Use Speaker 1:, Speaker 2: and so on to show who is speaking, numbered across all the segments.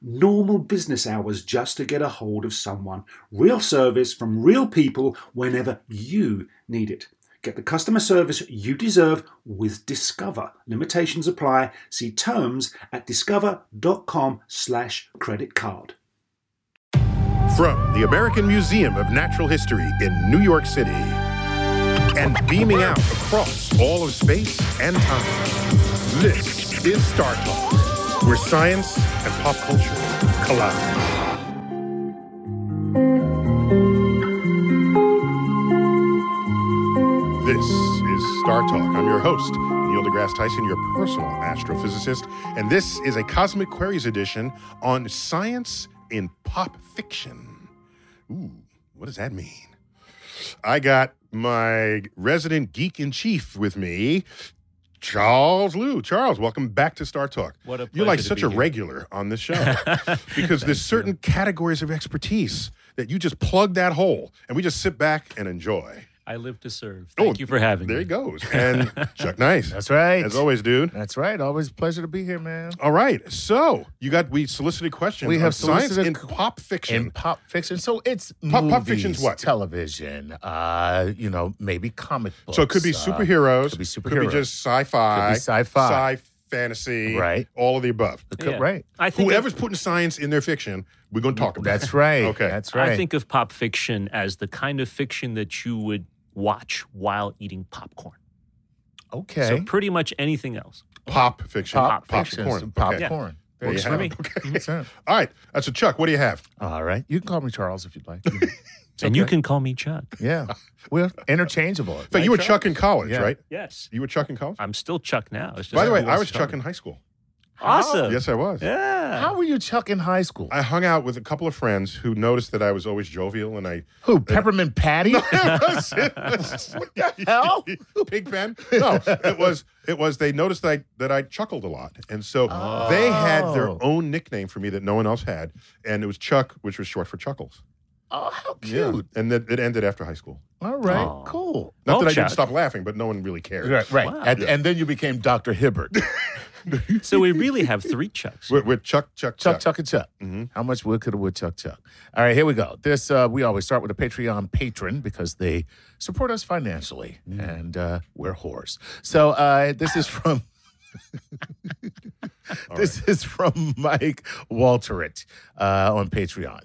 Speaker 1: normal business hours just to get a hold of someone. Real service from real people whenever you need it. Get the customer service you deserve with Discover. Limitations apply. See terms at discover.com slash credit card.
Speaker 2: From the American Museum of Natural History in New York City and beaming out across all of space and time, this is Star Talk, where science and pop culture collide. This is Star Talk. I'm your host, Neil deGrasse Tyson, your personal astrophysicist, and this is a Cosmic Queries edition on science in pop fiction. Ooh, what does that mean? I got my resident geek in chief with me, Charles Liu. Charles, welcome back to Star Talk.
Speaker 3: What a
Speaker 2: You're like
Speaker 3: pleasure to
Speaker 2: such a
Speaker 3: be here.
Speaker 2: regular on this show because there's certain categories of expertise that you just plug that hole and we just sit back and enjoy.
Speaker 3: I live to serve.
Speaker 2: Oh,
Speaker 3: Thank you for having
Speaker 2: There
Speaker 3: me.
Speaker 2: he goes. And Chuck Nice.
Speaker 4: That's right.
Speaker 2: As always, dude.
Speaker 4: That's right. Always a pleasure to be here, man.
Speaker 2: All right. So you got we solicited questions.
Speaker 4: We
Speaker 2: on
Speaker 4: have
Speaker 2: science
Speaker 4: solicited
Speaker 2: in
Speaker 4: qu-
Speaker 2: pop fiction.
Speaker 4: In pop fiction, so it's
Speaker 2: Pop-
Speaker 4: movies,
Speaker 2: pop fiction's what?
Speaker 4: Television, uh, you know, maybe comic books.
Speaker 2: so it could be
Speaker 4: uh,
Speaker 2: superheroes.
Speaker 4: could be
Speaker 2: Could be
Speaker 4: superheroes.
Speaker 2: just sci-fi.
Speaker 4: Could be sci-fi.
Speaker 2: Sci fantasy.
Speaker 4: Right.
Speaker 2: All of the above.
Speaker 4: It could-
Speaker 3: Yeah.
Speaker 4: Right.
Speaker 3: I think
Speaker 2: Whoever's
Speaker 3: Of,
Speaker 2: putting science in their fiction, we're going to talk about.
Speaker 4: That's right.
Speaker 2: Okay.
Speaker 4: That's right.
Speaker 3: I think of pop fiction as the kind of fiction that you would watch while eating popcorn.
Speaker 4: okay.
Speaker 3: So pretty much anything else.
Speaker 2: pop fiction.
Speaker 4: pop, fiction,
Speaker 2: porn.
Speaker 4: Popcorn.
Speaker 2: Okay.
Speaker 4: Popcorn. There
Speaker 2: Works
Speaker 4: you
Speaker 2: for
Speaker 4: have
Speaker 2: me.
Speaker 4: it.
Speaker 2: Okay.
Speaker 4: That's it.
Speaker 2: All right. Uh, so Chuck, what do you have?
Speaker 4: All right. You can call me Charles if you'd like.
Speaker 3: And you can call me Chuck.
Speaker 4: yeah. Well, interchangeable.
Speaker 2: In fact, you were Chuck in college,
Speaker 4: Yeah.
Speaker 2: right?
Speaker 3: Yes.
Speaker 2: You were Chuck in college.
Speaker 3: I'm still Chuck now. It's just
Speaker 2: By the way,
Speaker 3: who
Speaker 2: I
Speaker 3: else
Speaker 2: was
Speaker 3: is
Speaker 2: Chuck in high school.
Speaker 3: Awesome.
Speaker 2: Yes, I was.
Speaker 3: Yeah.
Speaker 4: How were you Chuck in high school?
Speaker 2: I hung out with a couple of friends who noticed that I was always jovial and I
Speaker 4: Who? Peppermint Patty?
Speaker 2: it was, it was- what the
Speaker 4: hell?
Speaker 2: Pigpen? No, it was it was they noticed that I, that I chuckled a lot, and so they had their
Speaker 4: Oh.
Speaker 2: own nickname for me that no one else had, and it was Chuck, which was short for Chuckles.
Speaker 4: oh, how cute.
Speaker 2: and that it ended after high school.
Speaker 4: All right.
Speaker 3: Aw.
Speaker 4: Cool.
Speaker 2: Not
Speaker 3: Oh,
Speaker 2: that I
Speaker 3: Chuck.
Speaker 2: didn't stop laughing, but no one really cared.
Speaker 4: Right. right.
Speaker 3: Wow.
Speaker 4: And, and then you became Dr. Hibbert.
Speaker 3: So we really have three Chucks.
Speaker 2: We're, we're Chuck, Chuck,
Speaker 4: Chuck,
Speaker 2: Chuck.
Speaker 4: Chuck, and Chuck. How much wood could a woodchuck chuck? All right, here we go. This uh, we always start with a Patreon patron because they support us financially, and uh, we're whores. So uh, this is from. this is from Mike Walterich uh, on Patreon.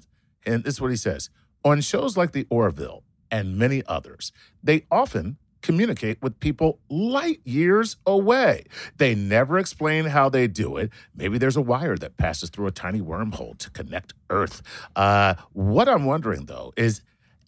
Speaker 4: And this is what he says On shows like The Orville and many others, they often communicate with people light years away. They never explain how they do it. Maybe there's a wire that passes through a tiny wormhole to connect Earth. Uh, what I'm wondering, though, is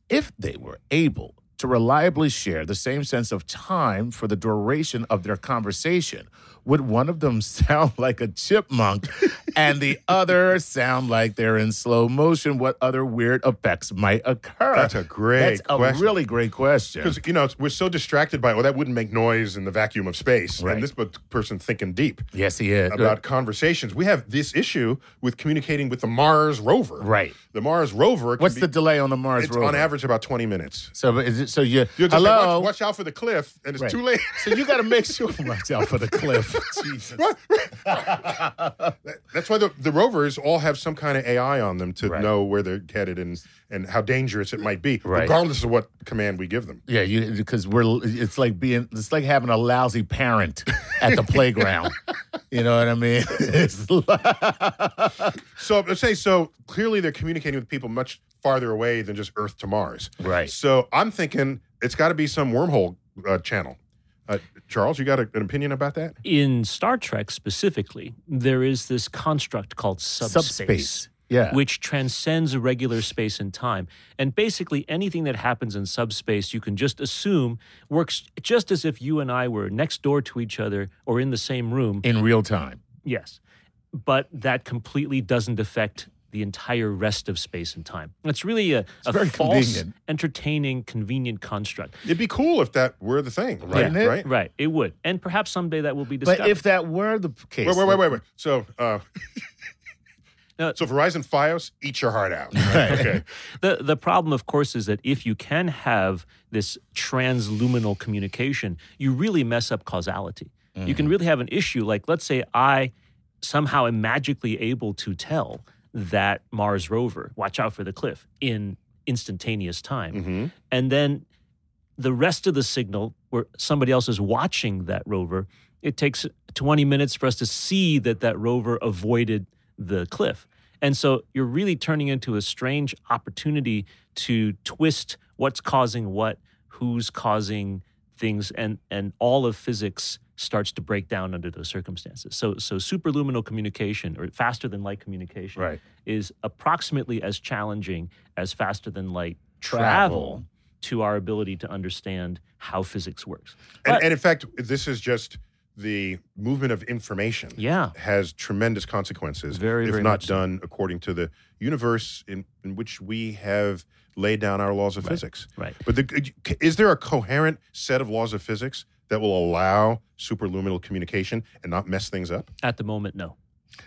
Speaker 4: if they were able to reliably share the same sense of time for the duration of their conversation, would one of them sound like a chipmunk and the other sound like they're in slow motion? What other weird effects might occur?
Speaker 2: That's a great
Speaker 4: That's
Speaker 2: question.
Speaker 4: a really great question.
Speaker 2: Because you know it's- we're so distracted by, well, that wouldn't make noise in the vacuum of space,
Speaker 4: Right.
Speaker 2: and this bu- person thinking deep
Speaker 4: Yes, he is.
Speaker 2: about conversations. We have this issue with communicating with the Mars rover.
Speaker 4: Right.
Speaker 2: The Mars rover. can
Speaker 4: What's
Speaker 2: be-
Speaker 4: the delay on the Mars
Speaker 2: It's
Speaker 4: rover?
Speaker 2: on average about 20 minutes.
Speaker 4: So is it, so you
Speaker 2: You're just like,
Speaker 4: hello?
Speaker 2: watch, watch out for the cliff, and it's
Speaker 4: Right.
Speaker 2: too late.
Speaker 4: So you got to make sure watch out for the cliff. Jesus.
Speaker 2: That's why the, the rovers all have some kind of AI on them to
Speaker 4: Right.
Speaker 2: know where they're headed and and how dangerous it might be,
Speaker 4: Right.
Speaker 2: regardless of what command we give them.
Speaker 4: Yeah, you because we're it's like being it's like having a lousy parent at the playground. You know what I mean? It's like-
Speaker 2: So I say so clearly they're communicating with people much farther away than just Earth to Mars.
Speaker 4: right.
Speaker 2: So I'm thinking it's got to be some wormhole uh, channel. Uh, Charles, you got a, an opinion about that?
Speaker 3: In Star Trek specifically, there is this construct called subspace.
Speaker 4: Yeah.
Speaker 3: which transcends regular space and time. And basically, anything that happens in subspace, you can just assume works just as if you and I were next door to each other or in the same room.
Speaker 4: in real time.
Speaker 3: Yes. But that completely doesn't affect the entire rest of space and time. It's really a, a
Speaker 4: very
Speaker 3: false,
Speaker 4: convenient.
Speaker 3: entertaining, convenient construct.
Speaker 2: It'd be cool if that were the thing, right?
Speaker 4: Wouldn't it?
Speaker 2: Right.
Speaker 3: Right. It would. And perhaps someday that will be discovered.
Speaker 4: But if that were the p- case,
Speaker 2: Wait, wait, wait, wait, wait. So, uh,
Speaker 3: No.
Speaker 2: so Verizon FiOS, eat your heart out. Right, okay.
Speaker 3: The the problem, of course, is that if you can have this transluminal communication, you really mess up causality.
Speaker 4: Mm,
Speaker 3: You can really have an issue. Like, let's say I somehow am magically able to tell that Mars rover, watch out for the cliff, in instantaneous time,
Speaker 2: Mhm.
Speaker 3: and then the rest of the signal where somebody else is watching that rover, it takes 20 minutes for us to see that that rover avoided the cliff. And so you're really turning into a strange opportunity to twist what's causing what, who's causing things, and and all of physics starts to break down under those circumstances. So so superluminal communication or faster than light communication
Speaker 4: Right.
Speaker 3: is approximately as challenging as faster than light
Speaker 4: Travel.
Speaker 3: travel to our ability to understand how physics works.
Speaker 2: And,
Speaker 3: But-
Speaker 2: and in fact, this is just the movement of information.
Speaker 3: yeah.
Speaker 2: Has tremendous consequences
Speaker 3: Very,
Speaker 2: if
Speaker 3: very
Speaker 2: not
Speaker 3: much so.
Speaker 2: done according to the universe in, in which we have laid down our laws of physics.
Speaker 3: Right.
Speaker 2: But the, is there a coherent set of laws of physics that will allow superluminal communication and not mess things up?
Speaker 3: At the moment, no.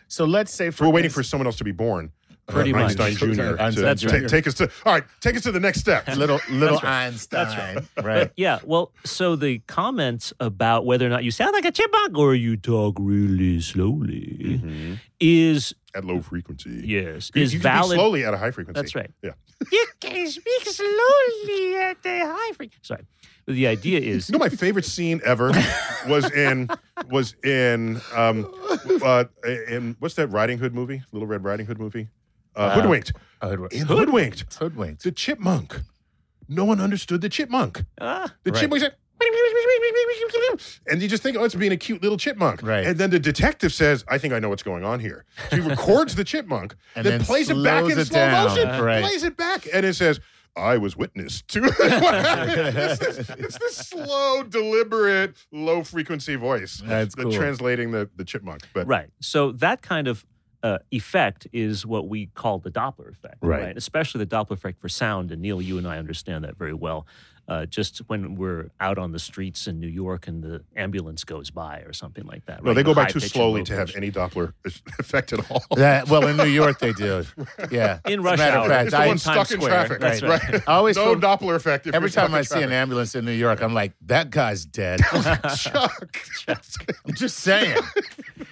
Speaker 4: So let's say for
Speaker 2: So we're waiting for
Speaker 4: instance-
Speaker 2: someone else to be born. uh,
Speaker 3: Pretty much.
Speaker 2: Einstein Jr. to
Speaker 4: Einstein
Speaker 2: ta-
Speaker 4: Jr.
Speaker 2: take us to all right. Take us to the next step.
Speaker 4: little little
Speaker 3: That's right.
Speaker 4: Einstein, right?
Speaker 3: But yeah, well, so the comments about whether or not you sound like a chipmunk or you talk really slowly is
Speaker 2: at low frequency. Mm-hmm.
Speaker 3: yes
Speaker 2: You-
Speaker 3: is
Speaker 2: you can speak
Speaker 3: valid.
Speaker 2: slowly at a high frequency.
Speaker 3: That's right.
Speaker 2: Yeah.
Speaker 3: you can speak slowly at the high frequency. Sorry, but the idea is
Speaker 2: You know, my favorite scene ever was in was in um uh in what's that Riding Hood movie? Little Red Riding Hood movie. Uh,
Speaker 4: Uh,
Speaker 2: hoodwinked.
Speaker 4: Hoodwinked.
Speaker 2: In hoodwinked.
Speaker 4: Hoodwinked.
Speaker 2: The chipmunk. No one understood the chipmunk.
Speaker 3: ah,
Speaker 2: The
Speaker 4: Right.
Speaker 2: chipmunk said, and you just think, oh, it's being a cute little chipmunk.
Speaker 4: Right.
Speaker 2: And then the detective says, I think I know what's going on here. So he records the chipmunk,
Speaker 4: And
Speaker 2: then,
Speaker 4: then
Speaker 2: plays it back
Speaker 4: slows
Speaker 2: in
Speaker 4: it
Speaker 2: slow
Speaker 4: down.
Speaker 2: motion,
Speaker 4: Right.
Speaker 2: plays it back, and it says, I was witness to it's, this, it's this slow, deliberate, low frequency voice
Speaker 4: That's
Speaker 2: that
Speaker 4: cool.
Speaker 2: translating the, the chipmunk. But
Speaker 3: Right. So that kind of uh, effect is what we call the Doppler effect,
Speaker 4: Right.
Speaker 3: Especially the Doppler effect for sound. And Neil, you and I understand that very well. Uh, just when we're out on the streets in New York and the ambulance goes by or something like that.
Speaker 2: no,
Speaker 3: right?
Speaker 2: they go
Speaker 3: The
Speaker 2: by
Speaker 3: high
Speaker 2: too
Speaker 3: pitch and
Speaker 2: slowly
Speaker 3: low
Speaker 2: to have
Speaker 3: pitch.
Speaker 2: any Doppler effect at all.
Speaker 4: That, well, in New York they do. Yeah.
Speaker 3: In
Speaker 4: As a
Speaker 3: rush
Speaker 4: matter of
Speaker 3: hour.
Speaker 4: fact,
Speaker 2: it's the
Speaker 4: I-
Speaker 2: one
Speaker 3: in
Speaker 2: stuck
Speaker 3: Times
Speaker 2: in
Speaker 3: Square,
Speaker 2: traffic.
Speaker 3: that's right.
Speaker 4: I always
Speaker 2: No
Speaker 4: feel-
Speaker 2: Doppler effect. If
Speaker 4: every
Speaker 2: you're
Speaker 4: time I see
Speaker 2: stuck in
Speaker 4: an ambulance in New York, I'm like, that guy's dead.
Speaker 2: traffic. Chuck.
Speaker 4: I'm just saying.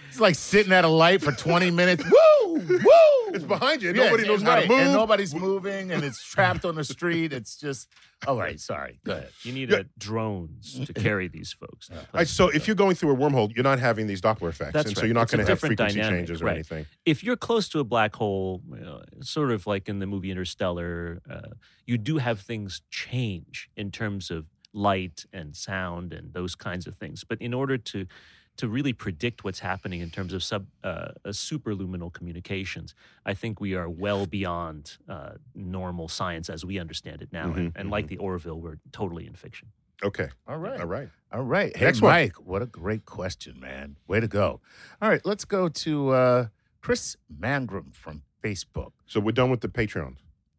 Speaker 4: It's like sitting at a light for 20 minutes. Woo! Woo!
Speaker 2: It's behind you. and
Speaker 4: Yeah,
Speaker 2: Nobody
Speaker 4: it's-
Speaker 2: knows
Speaker 4: it's
Speaker 2: how to
Speaker 4: right,
Speaker 2: move.
Speaker 4: And nobody's moving and it's trapped on the street. It's just, all right, sorry. Go ahead.
Speaker 3: You need uh drones to carry these folks.
Speaker 2: All right, so if you're going through a wormhole, you're not having these Doppler effects,
Speaker 3: That's
Speaker 2: and so
Speaker 3: right.
Speaker 2: you're not
Speaker 3: It's a
Speaker 2: going to have
Speaker 3: different
Speaker 2: frequency
Speaker 3: dynamic,
Speaker 2: changes or
Speaker 3: right.
Speaker 2: anything.
Speaker 3: if you're close to a black hole, you know, sort of like in the movie Interstellar, uh, you do have things change in terms of light and sound and those kinds of things. But in order to to really predict what's happening in terms of sub uh, uh, superluminal communications, I think we are well beyond uh, normal science as we understand it now.
Speaker 4: Mm-hmm,
Speaker 2: Mhm,
Speaker 3: and and like the Orville, we're totally in fiction.
Speaker 2: Okay,
Speaker 4: All right.
Speaker 2: all right.
Speaker 4: All right. Hey,
Speaker 2: Next one.
Speaker 4: Mike, what a great question, man. Way to go. All right, let's go to uh, Chris Mangrum from Facebook.
Speaker 2: So we're done with the Patreon.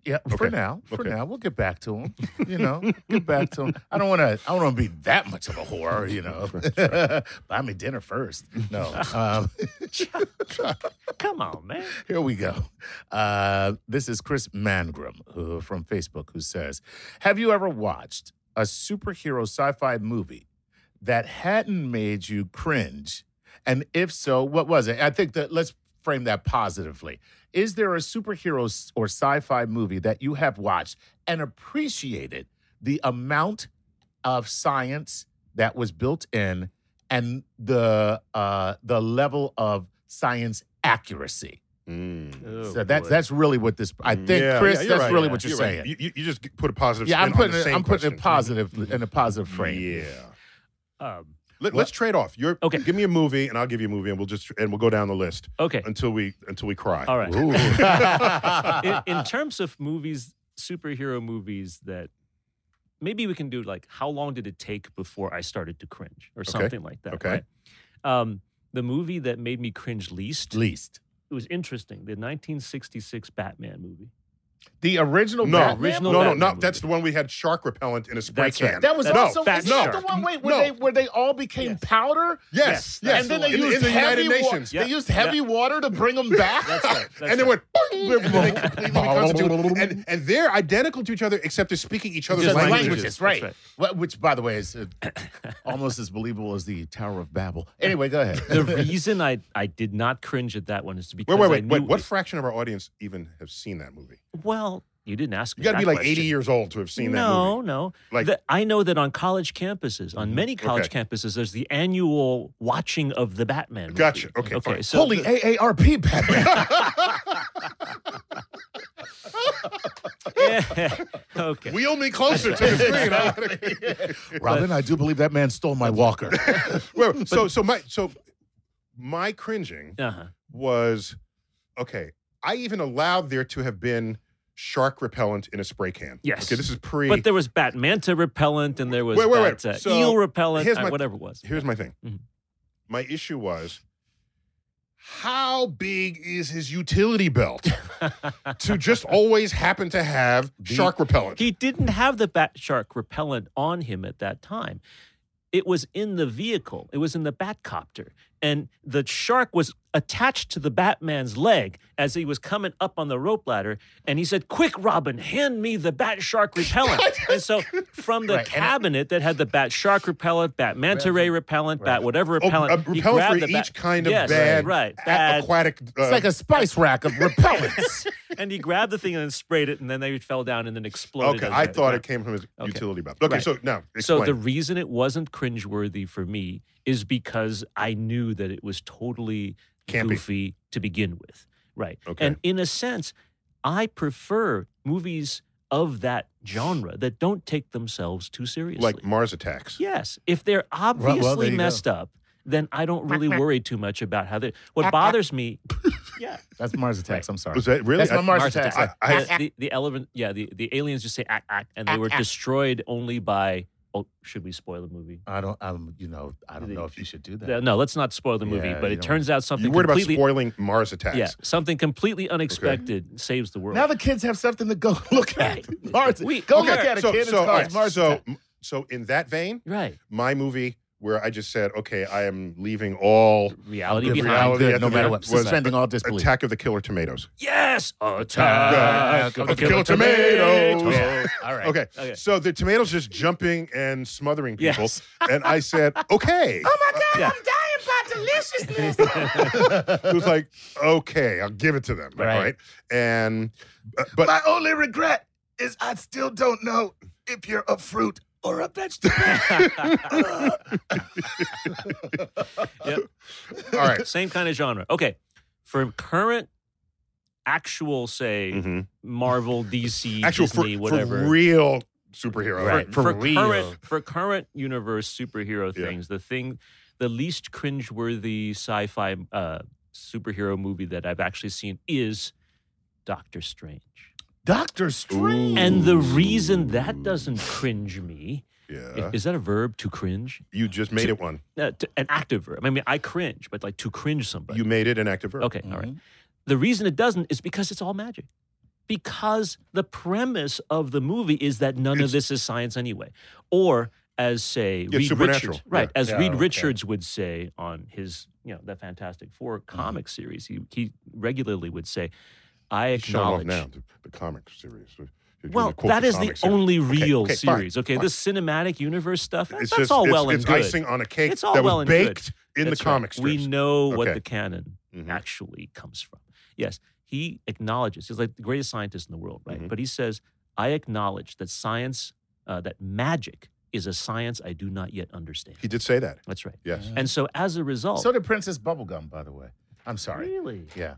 Speaker 4: Yeah, for
Speaker 2: Okay.
Speaker 4: now. For
Speaker 2: Okay.
Speaker 4: now, we'll get back to him. You know, get back to him. I don't want to. I don't want to be that much of a whore. You know, buy me dinner first. No. Um,
Speaker 3: Come on, man.
Speaker 4: here we go. Uh, this is Chris Mangrum who, from Facebook who says, "Have you ever watched a superhero sci-fi movie that hadn't made you cringe? And if so, what was it? I think that let's frame that positively. Is there a superhero s- or sci-fi movie that you have watched and appreciated the amount of science that was built in and the uh, the level of science accuracy.
Speaker 2: Mm.
Speaker 3: Oh,
Speaker 4: so that's
Speaker 3: boy.
Speaker 4: that's really what this. I think,
Speaker 2: Yeah,
Speaker 4: Chris,
Speaker 2: yeah, you're
Speaker 4: that's
Speaker 2: right.
Speaker 4: really
Speaker 3: yeah.
Speaker 4: what you're,
Speaker 2: You're right.
Speaker 4: saying.
Speaker 2: You, you- you just put a positive
Speaker 4: yeah,
Speaker 2: spin
Speaker 4: I'm putting
Speaker 2: on the
Speaker 4: it,
Speaker 2: same
Speaker 4: I'm putting it
Speaker 2: question.
Speaker 4: positive in a positive frame.
Speaker 2: Yeah.
Speaker 3: Um,
Speaker 2: Let,
Speaker 4: Well-
Speaker 2: us trade off. You're
Speaker 3: Okay.
Speaker 2: Give me a movie, and I'll give you a movie, and we'll just and we'll go down the list
Speaker 3: okay.
Speaker 2: until we until we cry.
Speaker 3: All right.
Speaker 4: Ooh.
Speaker 3: in, in terms of movies, superhero movies that maybe we can do like how long did it take before I started to cringe or something like that.
Speaker 2: Okay.
Speaker 3: right? Um, the movie that made me cringe least, it
Speaker 4: Least
Speaker 3: was interesting, the 1966 Batman movie.
Speaker 4: the original.
Speaker 2: No,
Speaker 4: Batman
Speaker 3: original
Speaker 2: no, no,
Speaker 3: Batman
Speaker 2: not
Speaker 3: movie.
Speaker 2: that's the one we had shark repellent in a spray
Speaker 3: That's right.
Speaker 2: can.
Speaker 4: That was
Speaker 3: That's-
Speaker 4: also
Speaker 3: no,
Speaker 4: is that
Speaker 3: no.
Speaker 4: the one wait, where
Speaker 2: No.
Speaker 4: they where they all became
Speaker 3: Yes.
Speaker 4: powder.
Speaker 2: Yes,
Speaker 3: Yes,
Speaker 2: yes.
Speaker 4: And then they
Speaker 2: in,
Speaker 4: used
Speaker 2: in the
Speaker 4: heavy
Speaker 2: United
Speaker 4: wa-
Speaker 2: Nations.
Speaker 3: Yeah.
Speaker 4: They used heavy water to bring them back.
Speaker 2: That's right.
Speaker 3: That's
Speaker 2: and they
Speaker 3: right.
Speaker 2: went, boing, and then they completely reconstituted. and, and they're identical to each other, except they're speaking each other's
Speaker 4: Just
Speaker 2: languages.
Speaker 4: languages, right?
Speaker 3: That's
Speaker 4: Wh- Which, by the way, is uh, almost as believable as the Tower of Babel. Anyway, go ahead.
Speaker 3: The reason I, I did not cringe at that one is because
Speaker 2: Wait, wait,
Speaker 3: I
Speaker 2: wait, wait.
Speaker 3: knew
Speaker 2: What
Speaker 3: it-
Speaker 2: fraction of our audience even have seen that movie?
Speaker 3: well, you didn't ask me.
Speaker 2: You got to
Speaker 3: that
Speaker 2: be like
Speaker 3: question.
Speaker 2: 80 years old to have seen that
Speaker 3: no,
Speaker 2: movie.
Speaker 3: no.
Speaker 2: Like- Mm-hmm.
Speaker 3: The- I know that on college campuses, on many college
Speaker 2: Okay.
Speaker 3: campuses, there's the annual watching of the Batman. movie.
Speaker 2: Gotcha. Okay, fine.
Speaker 3: So
Speaker 4: Holy AARP, Batman.
Speaker 3: yeah. Okay.
Speaker 2: Wheel me closer to the screen. I wanna-
Speaker 4: Robin, I do believe that man stole my walker.
Speaker 2: Wait, wait, so, so my, so my cringing
Speaker 3: Uh-huh.
Speaker 2: was okay. I even allowed there to have been shark repellent in a spray can.
Speaker 3: Yes.
Speaker 2: Okay, this is pre.
Speaker 3: But there was Batmanta repellent, and there was
Speaker 2: Wait, wait, wait.
Speaker 3: Bat, uh,
Speaker 2: So,
Speaker 3: eel repellent,
Speaker 2: here's
Speaker 3: uh,
Speaker 2: my-
Speaker 3: whatever it was.
Speaker 2: Here's my thing.
Speaker 3: Mhm.
Speaker 2: My issue was how big is his utility belt to just always happen to have shark repellent?
Speaker 3: He didn't have the bat shark repellent on him at that time. It was in the vehicle. It was in the Batcopter, and the shark was attached to the Batman's leg as he was coming up on the rope ladder. And he said, "Quick, Robin, hand me the Bat Shark repellent." and so, from the
Speaker 4: Right, and it-
Speaker 3: cabinet that had the Bat Shark repellent, Bat Manta Ray repellent, Bat whatever
Speaker 2: Oh,
Speaker 3: repellent,
Speaker 2: a
Speaker 3: he
Speaker 2: repellent
Speaker 3: grabbed
Speaker 2: for
Speaker 3: the bat-
Speaker 2: each kind of
Speaker 3: Yes,
Speaker 2: bad,
Speaker 3: right,
Speaker 2: a-
Speaker 3: bad
Speaker 2: aquatic. Uh,
Speaker 4: It's like a spice rack of repellents.
Speaker 3: and he grabbed the thing and then sprayed it, and then they fell down and then exploded.
Speaker 2: okay,
Speaker 3: as
Speaker 2: I
Speaker 3: they-
Speaker 2: thought it came from his
Speaker 3: Okay.
Speaker 2: utility belt. Okay,
Speaker 3: Right.
Speaker 2: so now
Speaker 3: So
Speaker 2: explain.
Speaker 3: the reason it wasn't cringeworthy for me is because I knew that it was totally
Speaker 2: Campy.
Speaker 3: goofy to begin with, right?
Speaker 2: Okay.
Speaker 3: And in a sense, I prefer movies of that genre that don't take themselves too seriously.
Speaker 2: like Mars attacks.
Speaker 3: yes, if they're
Speaker 4: there
Speaker 3: obviously
Speaker 4: you go.
Speaker 3: messed up, then I don't really worry too much about how they. What bothers me, yeah,
Speaker 4: That's Mars Attacks. I'm sorry.
Speaker 2: Was that really?
Speaker 4: That's my
Speaker 2: I-
Speaker 4: Mars,
Speaker 3: Mars
Speaker 4: Attacks.
Speaker 2: I, I,
Speaker 3: the, the, the elephant, yeah, the, the aliens just say ack ack, and they were destroyed only by. Oh, should we spoil the movie?
Speaker 4: I, I don't. I'm. You know. I don't know if you should do that.
Speaker 3: Yeah, no, let's not spoil the movie.
Speaker 4: Yeah,
Speaker 3: but
Speaker 4: you
Speaker 3: it
Speaker 4: don't-
Speaker 3: turns out something
Speaker 2: you worried about
Speaker 3: completely
Speaker 2: spoiling Mars attacks.
Speaker 3: yeah, something completely unexpected saves the world.
Speaker 4: Now the kids have something to go look at.
Speaker 3: Right.
Speaker 4: Mars,
Speaker 3: We-
Speaker 4: go
Speaker 3: okay,
Speaker 4: look at a
Speaker 2: so,
Speaker 4: kid.
Speaker 2: so, all right,
Speaker 4: it's called Mars
Speaker 2: so,
Speaker 4: Attacks.
Speaker 2: so in that vein,
Speaker 3: right,
Speaker 2: my movie where I just said, okay, I am leaving all
Speaker 3: reality
Speaker 2: The
Speaker 3: behind.
Speaker 2: reality
Speaker 4: Good,
Speaker 2: at
Speaker 4: no
Speaker 2: the
Speaker 4: matter
Speaker 2: end
Speaker 4: what.
Speaker 2: was
Speaker 4: Suspending all disbelief.
Speaker 2: Attack of the Killer Tomatoes.
Speaker 3: Yes,
Speaker 4: Attack
Speaker 3: attack
Speaker 4: of
Speaker 3: of
Speaker 4: the
Speaker 3: the
Speaker 2: Killer
Speaker 3: killer
Speaker 2: Tomatoes.
Speaker 3: tomatoes.
Speaker 4: All right.
Speaker 2: Okay.
Speaker 3: Okay.
Speaker 2: So the tomatoes just jumping and smothering people.
Speaker 3: Yes.
Speaker 2: And I said, okay.
Speaker 4: Oh my God,
Speaker 3: Yeah.
Speaker 4: I'm dying by deliciousness.
Speaker 2: It was like, okay, I'll give it to them.
Speaker 4: Right.
Speaker 2: All right. And, uh, but
Speaker 4: My only regret is I still don't know if you're a fruit or a vegetable.
Speaker 2: all right.
Speaker 3: Same kind of genre. Okay, for current, actual say
Speaker 2: Mhm.
Speaker 3: Marvel, DC,
Speaker 2: Actual for,
Speaker 3: Mm-hmm. Disney,
Speaker 2: for
Speaker 3: whatever.
Speaker 2: real superhero.
Speaker 4: Right.
Speaker 3: for,
Speaker 4: For real.
Speaker 3: current for current universe superhero
Speaker 2: Yeah.
Speaker 3: things, the thing, the least cringeworthy sci-fi uh, superhero movie that I've actually seen is Doctor Strange.
Speaker 4: Doctor Strange.
Speaker 3: And the reason that doesn't cringe me
Speaker 4: Uh-huh.
Speaker 2: Yeah.
Speaker 3: is that a verb to cringe?
Speaker 2: You just made it one.
Speaker 3: Uh, to, an active verb. I mean, I cringe, but like to cringe somebody.
Speaker 2: You made it an active verb.
Speaker 4: Mm-hmm.
Speaker 3: okay, all right. The reason it doesn't is because it's all magic. Because the premise of the movie is that none
Speaker 2: It's-
Speaker 3: of this is science anyway. Or as say
Speaker 2: Yeah,
Speaker 3: Reed
Speaker 2: supernatural.
Speaker 3: Richards, right? As
Speaker 4: Yeah,
Speaker 3: Reed
Speaker 4: okay.
Speaker 3: Richards would say on his, you know, that Fantastic Four
Speaker 2: Mm-hmm.
Speaker 3: comic series, he, he regularly would say, "I
Speaker 2: He's showing off
Speaker 3: acknowledge."
Speaker 2: now the, the comic series. You're gonna
Speaker 3: Well,
Speaker 2: quote
Speaker 3: that is the
Speaker 2: comic series.
Speaker 3: only
Speaker 2: Okay,
Speaker 3: real
Speaker 2: okay, fine,
Speaker 3: series. Okay,
Speaker 2: fine.
Speaker 3: this cinematic universe stuff, that-
Speaker 2: It's
Speaker 3: that's
Speaker 2: just,
Speaker 3: all
Speaker 2: it's,
Speaker 3: well
Speaker 2: it's
Speaker 3: and good.
Speaker 2: icing on a cake
Speaker 3: It's all
Speaker 2: that
Speaker 3: well
Speaker 2: was
Speaker 3: and good.
Speaker 2: baked in
Speaker 3: That's
Speaker 2: the
Speaker 3: right.
Speaker 2: comic strips.
Speaker 3: We know what
Speaker 2: Okay.
Speaker 3: the canon
Speaker 2: Mhm.
Speaker 3: actually comes from. Yes, he acknowledges he's like the greatest scientist in the world, right?
Speaker 2: Mhm.
Speaker 3: But he says, "I acknowledge that science, uh, that magic is a science I do not yet understand.
Speaker 2: He did say that.
Speaker 3: That's right.
Speaker 2: Yes.
Speaker 3: And so as a result,
Speaker 4: So did Princess Bubblegum, by the way. I'm sorry.
Speaker 3: really,
Speaker 4: Yeah.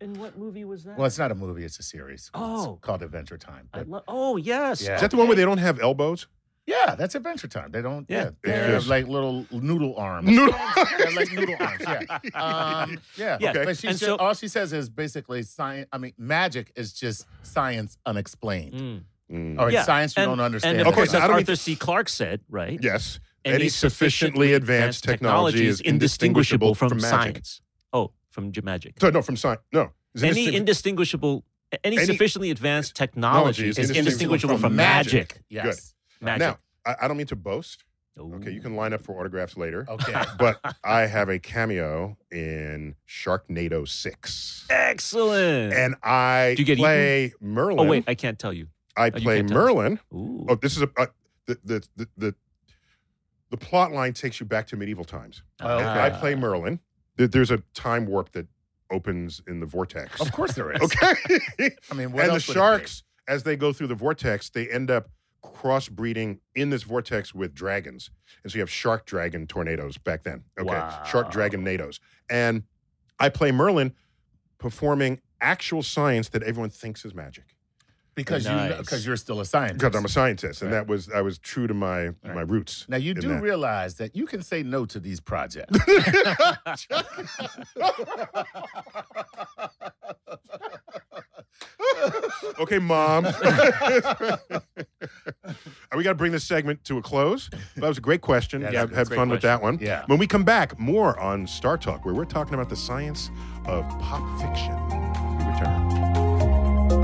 Speaker 3: and what movie was that?
Speaker 4: Well, it's not a movie, it's a series.
Speaker 3: Oh.
Speaker 4: It's called Adventure Time.
Speaker 3: I
Speaker 4: But
Speaker 3: lo- oh yes,
Speaker 4: Yeah.
Speaker 2: Is that the one where they don't have elbows?
Speaker 4: yeah, that's Adventure Time. They don't,
Speaker 3: Yeah.
Speaker 4: yeah, they
Speaker 3: Yeah.
Speaker 4: have like little noodle arms.
Speaker 2: Noodle-
Speaker 4: They're like noodle arms,
Speaker 3: Oh.
Speaker 4: yeah. Um, yeah.
Speaker 3: Yeah.
Speaker 4: But she
Speaker 3: And
Speaker 4: said-
Speaker 3: so-
Speaker 4: all she says is basically science. I mean, magic is just science unexplained.
Speaker 3: Mm.
Speaker 2: Mm.
Speaker 4: Or it's
Speaker 3: Yeah,
Speaker 4: science you
Speaker 3: and,
Speaker 4: don't understand.
Speaker 3: And of
Speaker 2: Okay,
Speaker 3: course,
Speaker 2: so
Speaker 3: as
Speaker 2: I don't
Speaker 3: Arthur
Speaker 2: mean-
Speaker 3: C. Clarke said, right?
Speaker 2: Yes.
Speaker 3: Any sufficiently
Speaker 2: advanced technology is indistinguishable from, magic.
Speaker 3: science. Oh, from j- magic.
Speaker 2: So, no, from science. No. It's
Speaker 3: any
Speaker 2: indistingu-
Speaker 3: indistinguishable, any,
Speaker 2: Any-
Speaker 3: sufficiently advanced technology is indistinguishable from, magic.
Speaker 4: Yes.
Speaker 3: Magic.
Speaker 2: now, I, I don't mean to boast.
Speaker 3: Ooh. Oh.
Speaker 2: Okay, you can line up for autographs later.
Speaker 4: Okay.
Speaker 2: But I have a cameo in Sharknado 6.
Speaker 3: Excellent.
Speaker 2: And I
Speaker 3: Do you get
Speaker 2: play Merlin.
Speaker 3: oh wait, I can't tell you.
Speaker 2: I
Speaker 3: oh, you
Speaker 2: play
Speaker 3: can't tell us.
Speaker 2: Merlin.
Speaker 3: Ooh.
Speaker 2: Oh, this is a uh, the, the the the the plot line takes you back to medieval times.
Speaker 4: Oh,
Speaker 2: And I play Merlin. There- There's a time warp that opens in the vortex.
Speaker 4: Of course there is.
Speaker 2: Okay.
Speaker 4: I mean,
Speaker 2: and
Speaker 4: what
Speaker 2: the
Speaker 4: else would it be?
Speaker 2: sharks, as they go through the vortex, they end up crossbreeding in this vortex with dragons. And so you have shark dragon tornadoes back then. Okay. Shark
Speaker 3: Wow.
Speaker 2: dragon nados. And I play Merlin performing actual science that everyone thinks is magic.
Speaker 4: Because you
Speaker 3: Nice.
Speaker 4: because you're still a scientist.
Speaker 2: Because I'm a scientist. And
Speaker 4: Right.
Speaker 2: that was I was true to my my roots.
Speaker 4: now you
Speaker 2: in
Speaker 4: do
Speaker 2: that.
Speaker 4: realize that you can say no to these projects.
Speaker 2: Okay, mom. Uh, we got to bring this segment to a close. That was a great question.
Speaker 4: Yeah,
Speaker 2: Yeah,
Speaker 4: that's
Speaker 2: had
Speaker 4: a
Speaker 2: fun
Speaker 3: great
Speaker 2: with
Speaker 3: question.
Speaker 2: that one.
Speaker 4: Yeah.
Speaker 2: When we come back, more on Star Talk, where we're talking about the science of pop fiction. We return.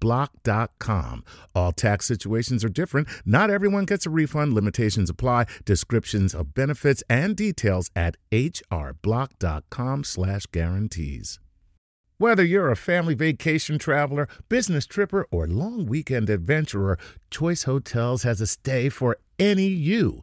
Speaker 4: hrblock.com. All tax situations are different. Not everyone gets a refund. Limitations apply. Descriptions of benefits and details at hrblock.com slash guarantees. Whether you're a family vacation traveler, business tripper, or long weekend adventurer, Choice Hotels has a stay for any you.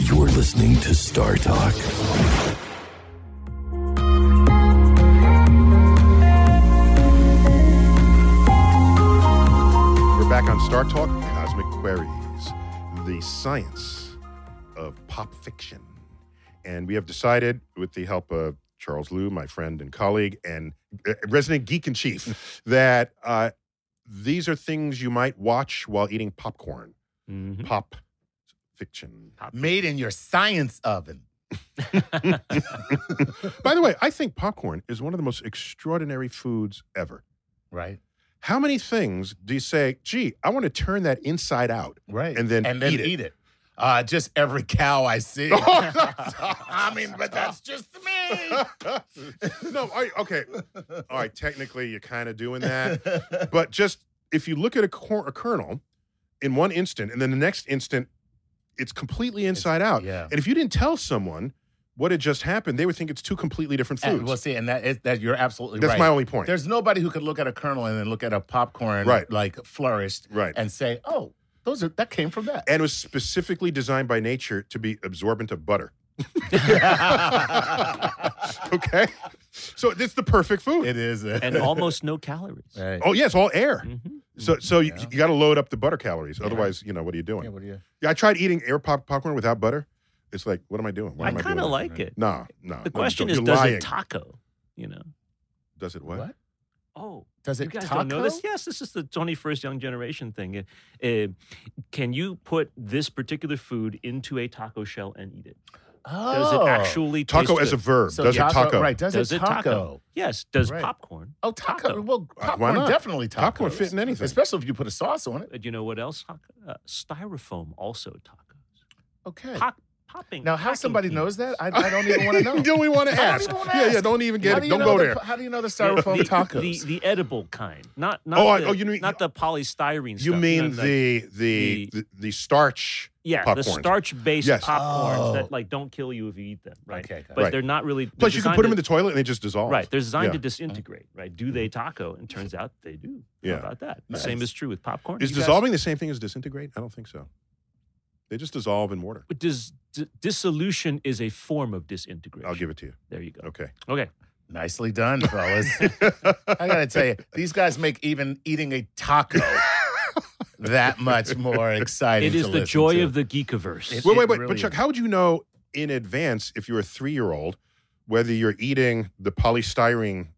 Speaker 5: You're listening to Star Talk.
Speaker 2: We're back on Star Talk Cosmic Queries, the science of pop fiction. And we have decided, with the help of Charles Liu, my friend and colleague, and uh, resident geek in chief, that uh, these are things you might watch while eating popcorn.
Speaker 3: Mhm.
Speaker 2: Pop fiction.
Speaker 4: Made in your science oven.
Speaker 2: By the way, I think popcorn is one of the most extraordinary foods ever.
Speaker 4: Right.
Speaker 2: How many things do you say, gee, I want to turn that inside out?
Speaker 4: Right.
Speaker 2: And then
Speaker 4: and then
Speaker 2: eat it.
Speaker 4: Uh, just every cow I see. I mean, but that's just me.
Speaker 2: no, I, okay. All right, technically, you're kind of doing that. But just if you look at a, cor- a kernel in one instant and then the next instant, it's completely inside out.
Speaker 4: yeah.
Speaker 2: And if you didn't tell someone what had just happened, they would think it's two completely different foods.
Speaker 4: And, well, see, and that is that you're absolutely
Speaker 2: That's
Speaker 4: right.
Speaker 2: my only point.
Speaker 4: There's nobody who could look at a kernel and then look at a popcorn
Speaker 2: Right.
Speaker 4: like flourished
Speaker 2: right.
Speaker 4: and say, "Oh, those are that came from that."
Speaker 2: and it was specifically designed by nature to be absorbent of butter. okay. So it's the perfect food.
Speaker 4: it is. a-
Speaker 3: and almost no calories.
Speaker 4: Right.
Speaker 2: oh, yes, all air.
Speaker 3: Mhm.
Speaker 2: So, so you,
Speaker 4: Mm-hmm. Yeah.
Speaker 2: you got to load up the butter calories.
Speaker 4: Yeah.
Speaker 2: Otherwise, you know, what are you doing?
Speaker 4: Yeah, what do you?
Speaker 2: Yeah, I tried eating air pop popcorn without butter. It's like, what am I doing? What
Speaker 3: I
Speaker 2: am
Speaker 3: kind of
Speaker 2: doing?
Speaker 3: like it.
Speaker 2: No, no. no,
Speaker 3: The question
Speaker 2: you're
Speaker 3: is, does
Speaker 2: lying.
Speaker 3: it taco? You know.
Speaker 2: does it what?
Speaker 4: What?
Speaker 3: Oh,
Speaker 4: Does it
Speaker 3: you guys
Speaker 4: taco?
Speaker 3: don't know this? Yes, this is the 21st young generation thing. Uh, uh, can you put this particular food into a taco shell and eat it?
Speaker 4: Oh.
Speaker 3: Does it actually
Speaker 2: Taco
Speaker 3: taste
Speaker 2: as a
Speaker 3: good?
Speaker 2: verb.
Speaker 4: So
Speaker 2: does
Speaker 4: taco,
Speaker 2: it taco?
Speaker 4: Right. Does, it taco?
Speaker 3: Yes. Does
Speaker 4: Right.
Speaker 3: popcorn?
Speaker 4: Oh, taco.
Speaker 3: Taco.
Speaker 4: Well,
Speaker 2: why
Speaker 4: popcorn
Speaker 2: not?
Speaker 4: definitely taco.
Speaker 2: Popcorn fit in anything.
Speaker 4: especially if you put a sauce on it.
Speaker 3: Uh, Do you know what else? Taco- Uh, styrofoam also tacos.
Speaker 4: Okay.
Speaker 3: Pop, popping.
Speaker 4: Now, how
Speaker 3: packing
Speaker 4: somebody
Speaker 3: peanuts.
Speaker 4: knows that, I, I don't even want to know.
Speaker 2: don't we want
Speaker 4: I
Speaker 2: to
Speaker 4: don't
Speaker 2: ask?
Speaker 4: even wanna
Speaker 2: Yeah, yeah.
Speaker 4: ask.
Speaker 2: Don't even
Speaker 4: How
Speaker 2: get
Speaker 4: do
Speaker 2: it.
Speaker 4: you
Speaker 2: Don't
Speaker 4: know
Speaker 2: go
Speaker 4: the-
Speaker 2: there.
Speaker 4: How do you know
Speaker 3: The-
Speaker 4: the styrofoam
Speaker 3: the,
Speaker 4: tacos?
Speaker 3: The, the edible kind, not not
Speaker 2: Oh, I-
Speaker 3: the,
Speaker 2: oh, you mean-
Speaker 3: not the polystyrene.
Speaker 2: You
Speaker 3: stuff,
Speaker 2: mean
Speaker 3: know, like-
Speaker 2: the, the the the starch?
Speaker 3: yeah the
Speaker 2: popcorns.
Speaker 3: starch based
Speaker 2: Yes.
Speaker 3: popcorns
Speaker 4: Oh.
Speaker 3: that like don't kill you if you eat them, right?
Speaker 4: Okay, got
Speaker 3: but
Speaker 2: it.
Speaker 3: they're not really. they're
Speaker 2: Plus, you can
Speaker 3: designed
Speaker 2: put them
Speaker 3: to-
Speaker 2: in the toilet and they just dissolve.
Speaker 3: Right, they're designed
Speaker 2: Yeah. Mm-hmm.
Speaker 3: to disintegrate. Right? Do they taco? And turns out they do.
Speaker 2: Yeah.
Speaker 3: How about that?
Speaker 4: Nice.
Speaker 3: The same is true with popcorn.
Speaker 2: Is
Speaker 3: You guys-
Speaker 2: dissolving the same thing as disintegrate? I don't think so. They just dissolve in water.
Speaker 3: But dis, d- dissolution is a form of disintegration.
Speaker 2: I'll give it to you.
Speaker 3: There you go.
Speaker 2: Okay.
Speaker 3: Okay.
Speaker 4: Nicely done, fellas. I gotta tell you, these guys make even eating a taco that much more exciting.
Speaker 3: It
Speaker 4: to
Speaker 3: is the
Speaker 4: listen
Speaker 3: joy
Speaker 4: to.
Speaker 3: of the geekiverse.
Speaker 4: It-
Speaker 2: wait, wait, wait.
Speaker 4: really
Speaker 2: but Chuck,
Speaker 4: is.
Speaker 2: how would you know in advance if you're a three year old whether you're eating the polystyrene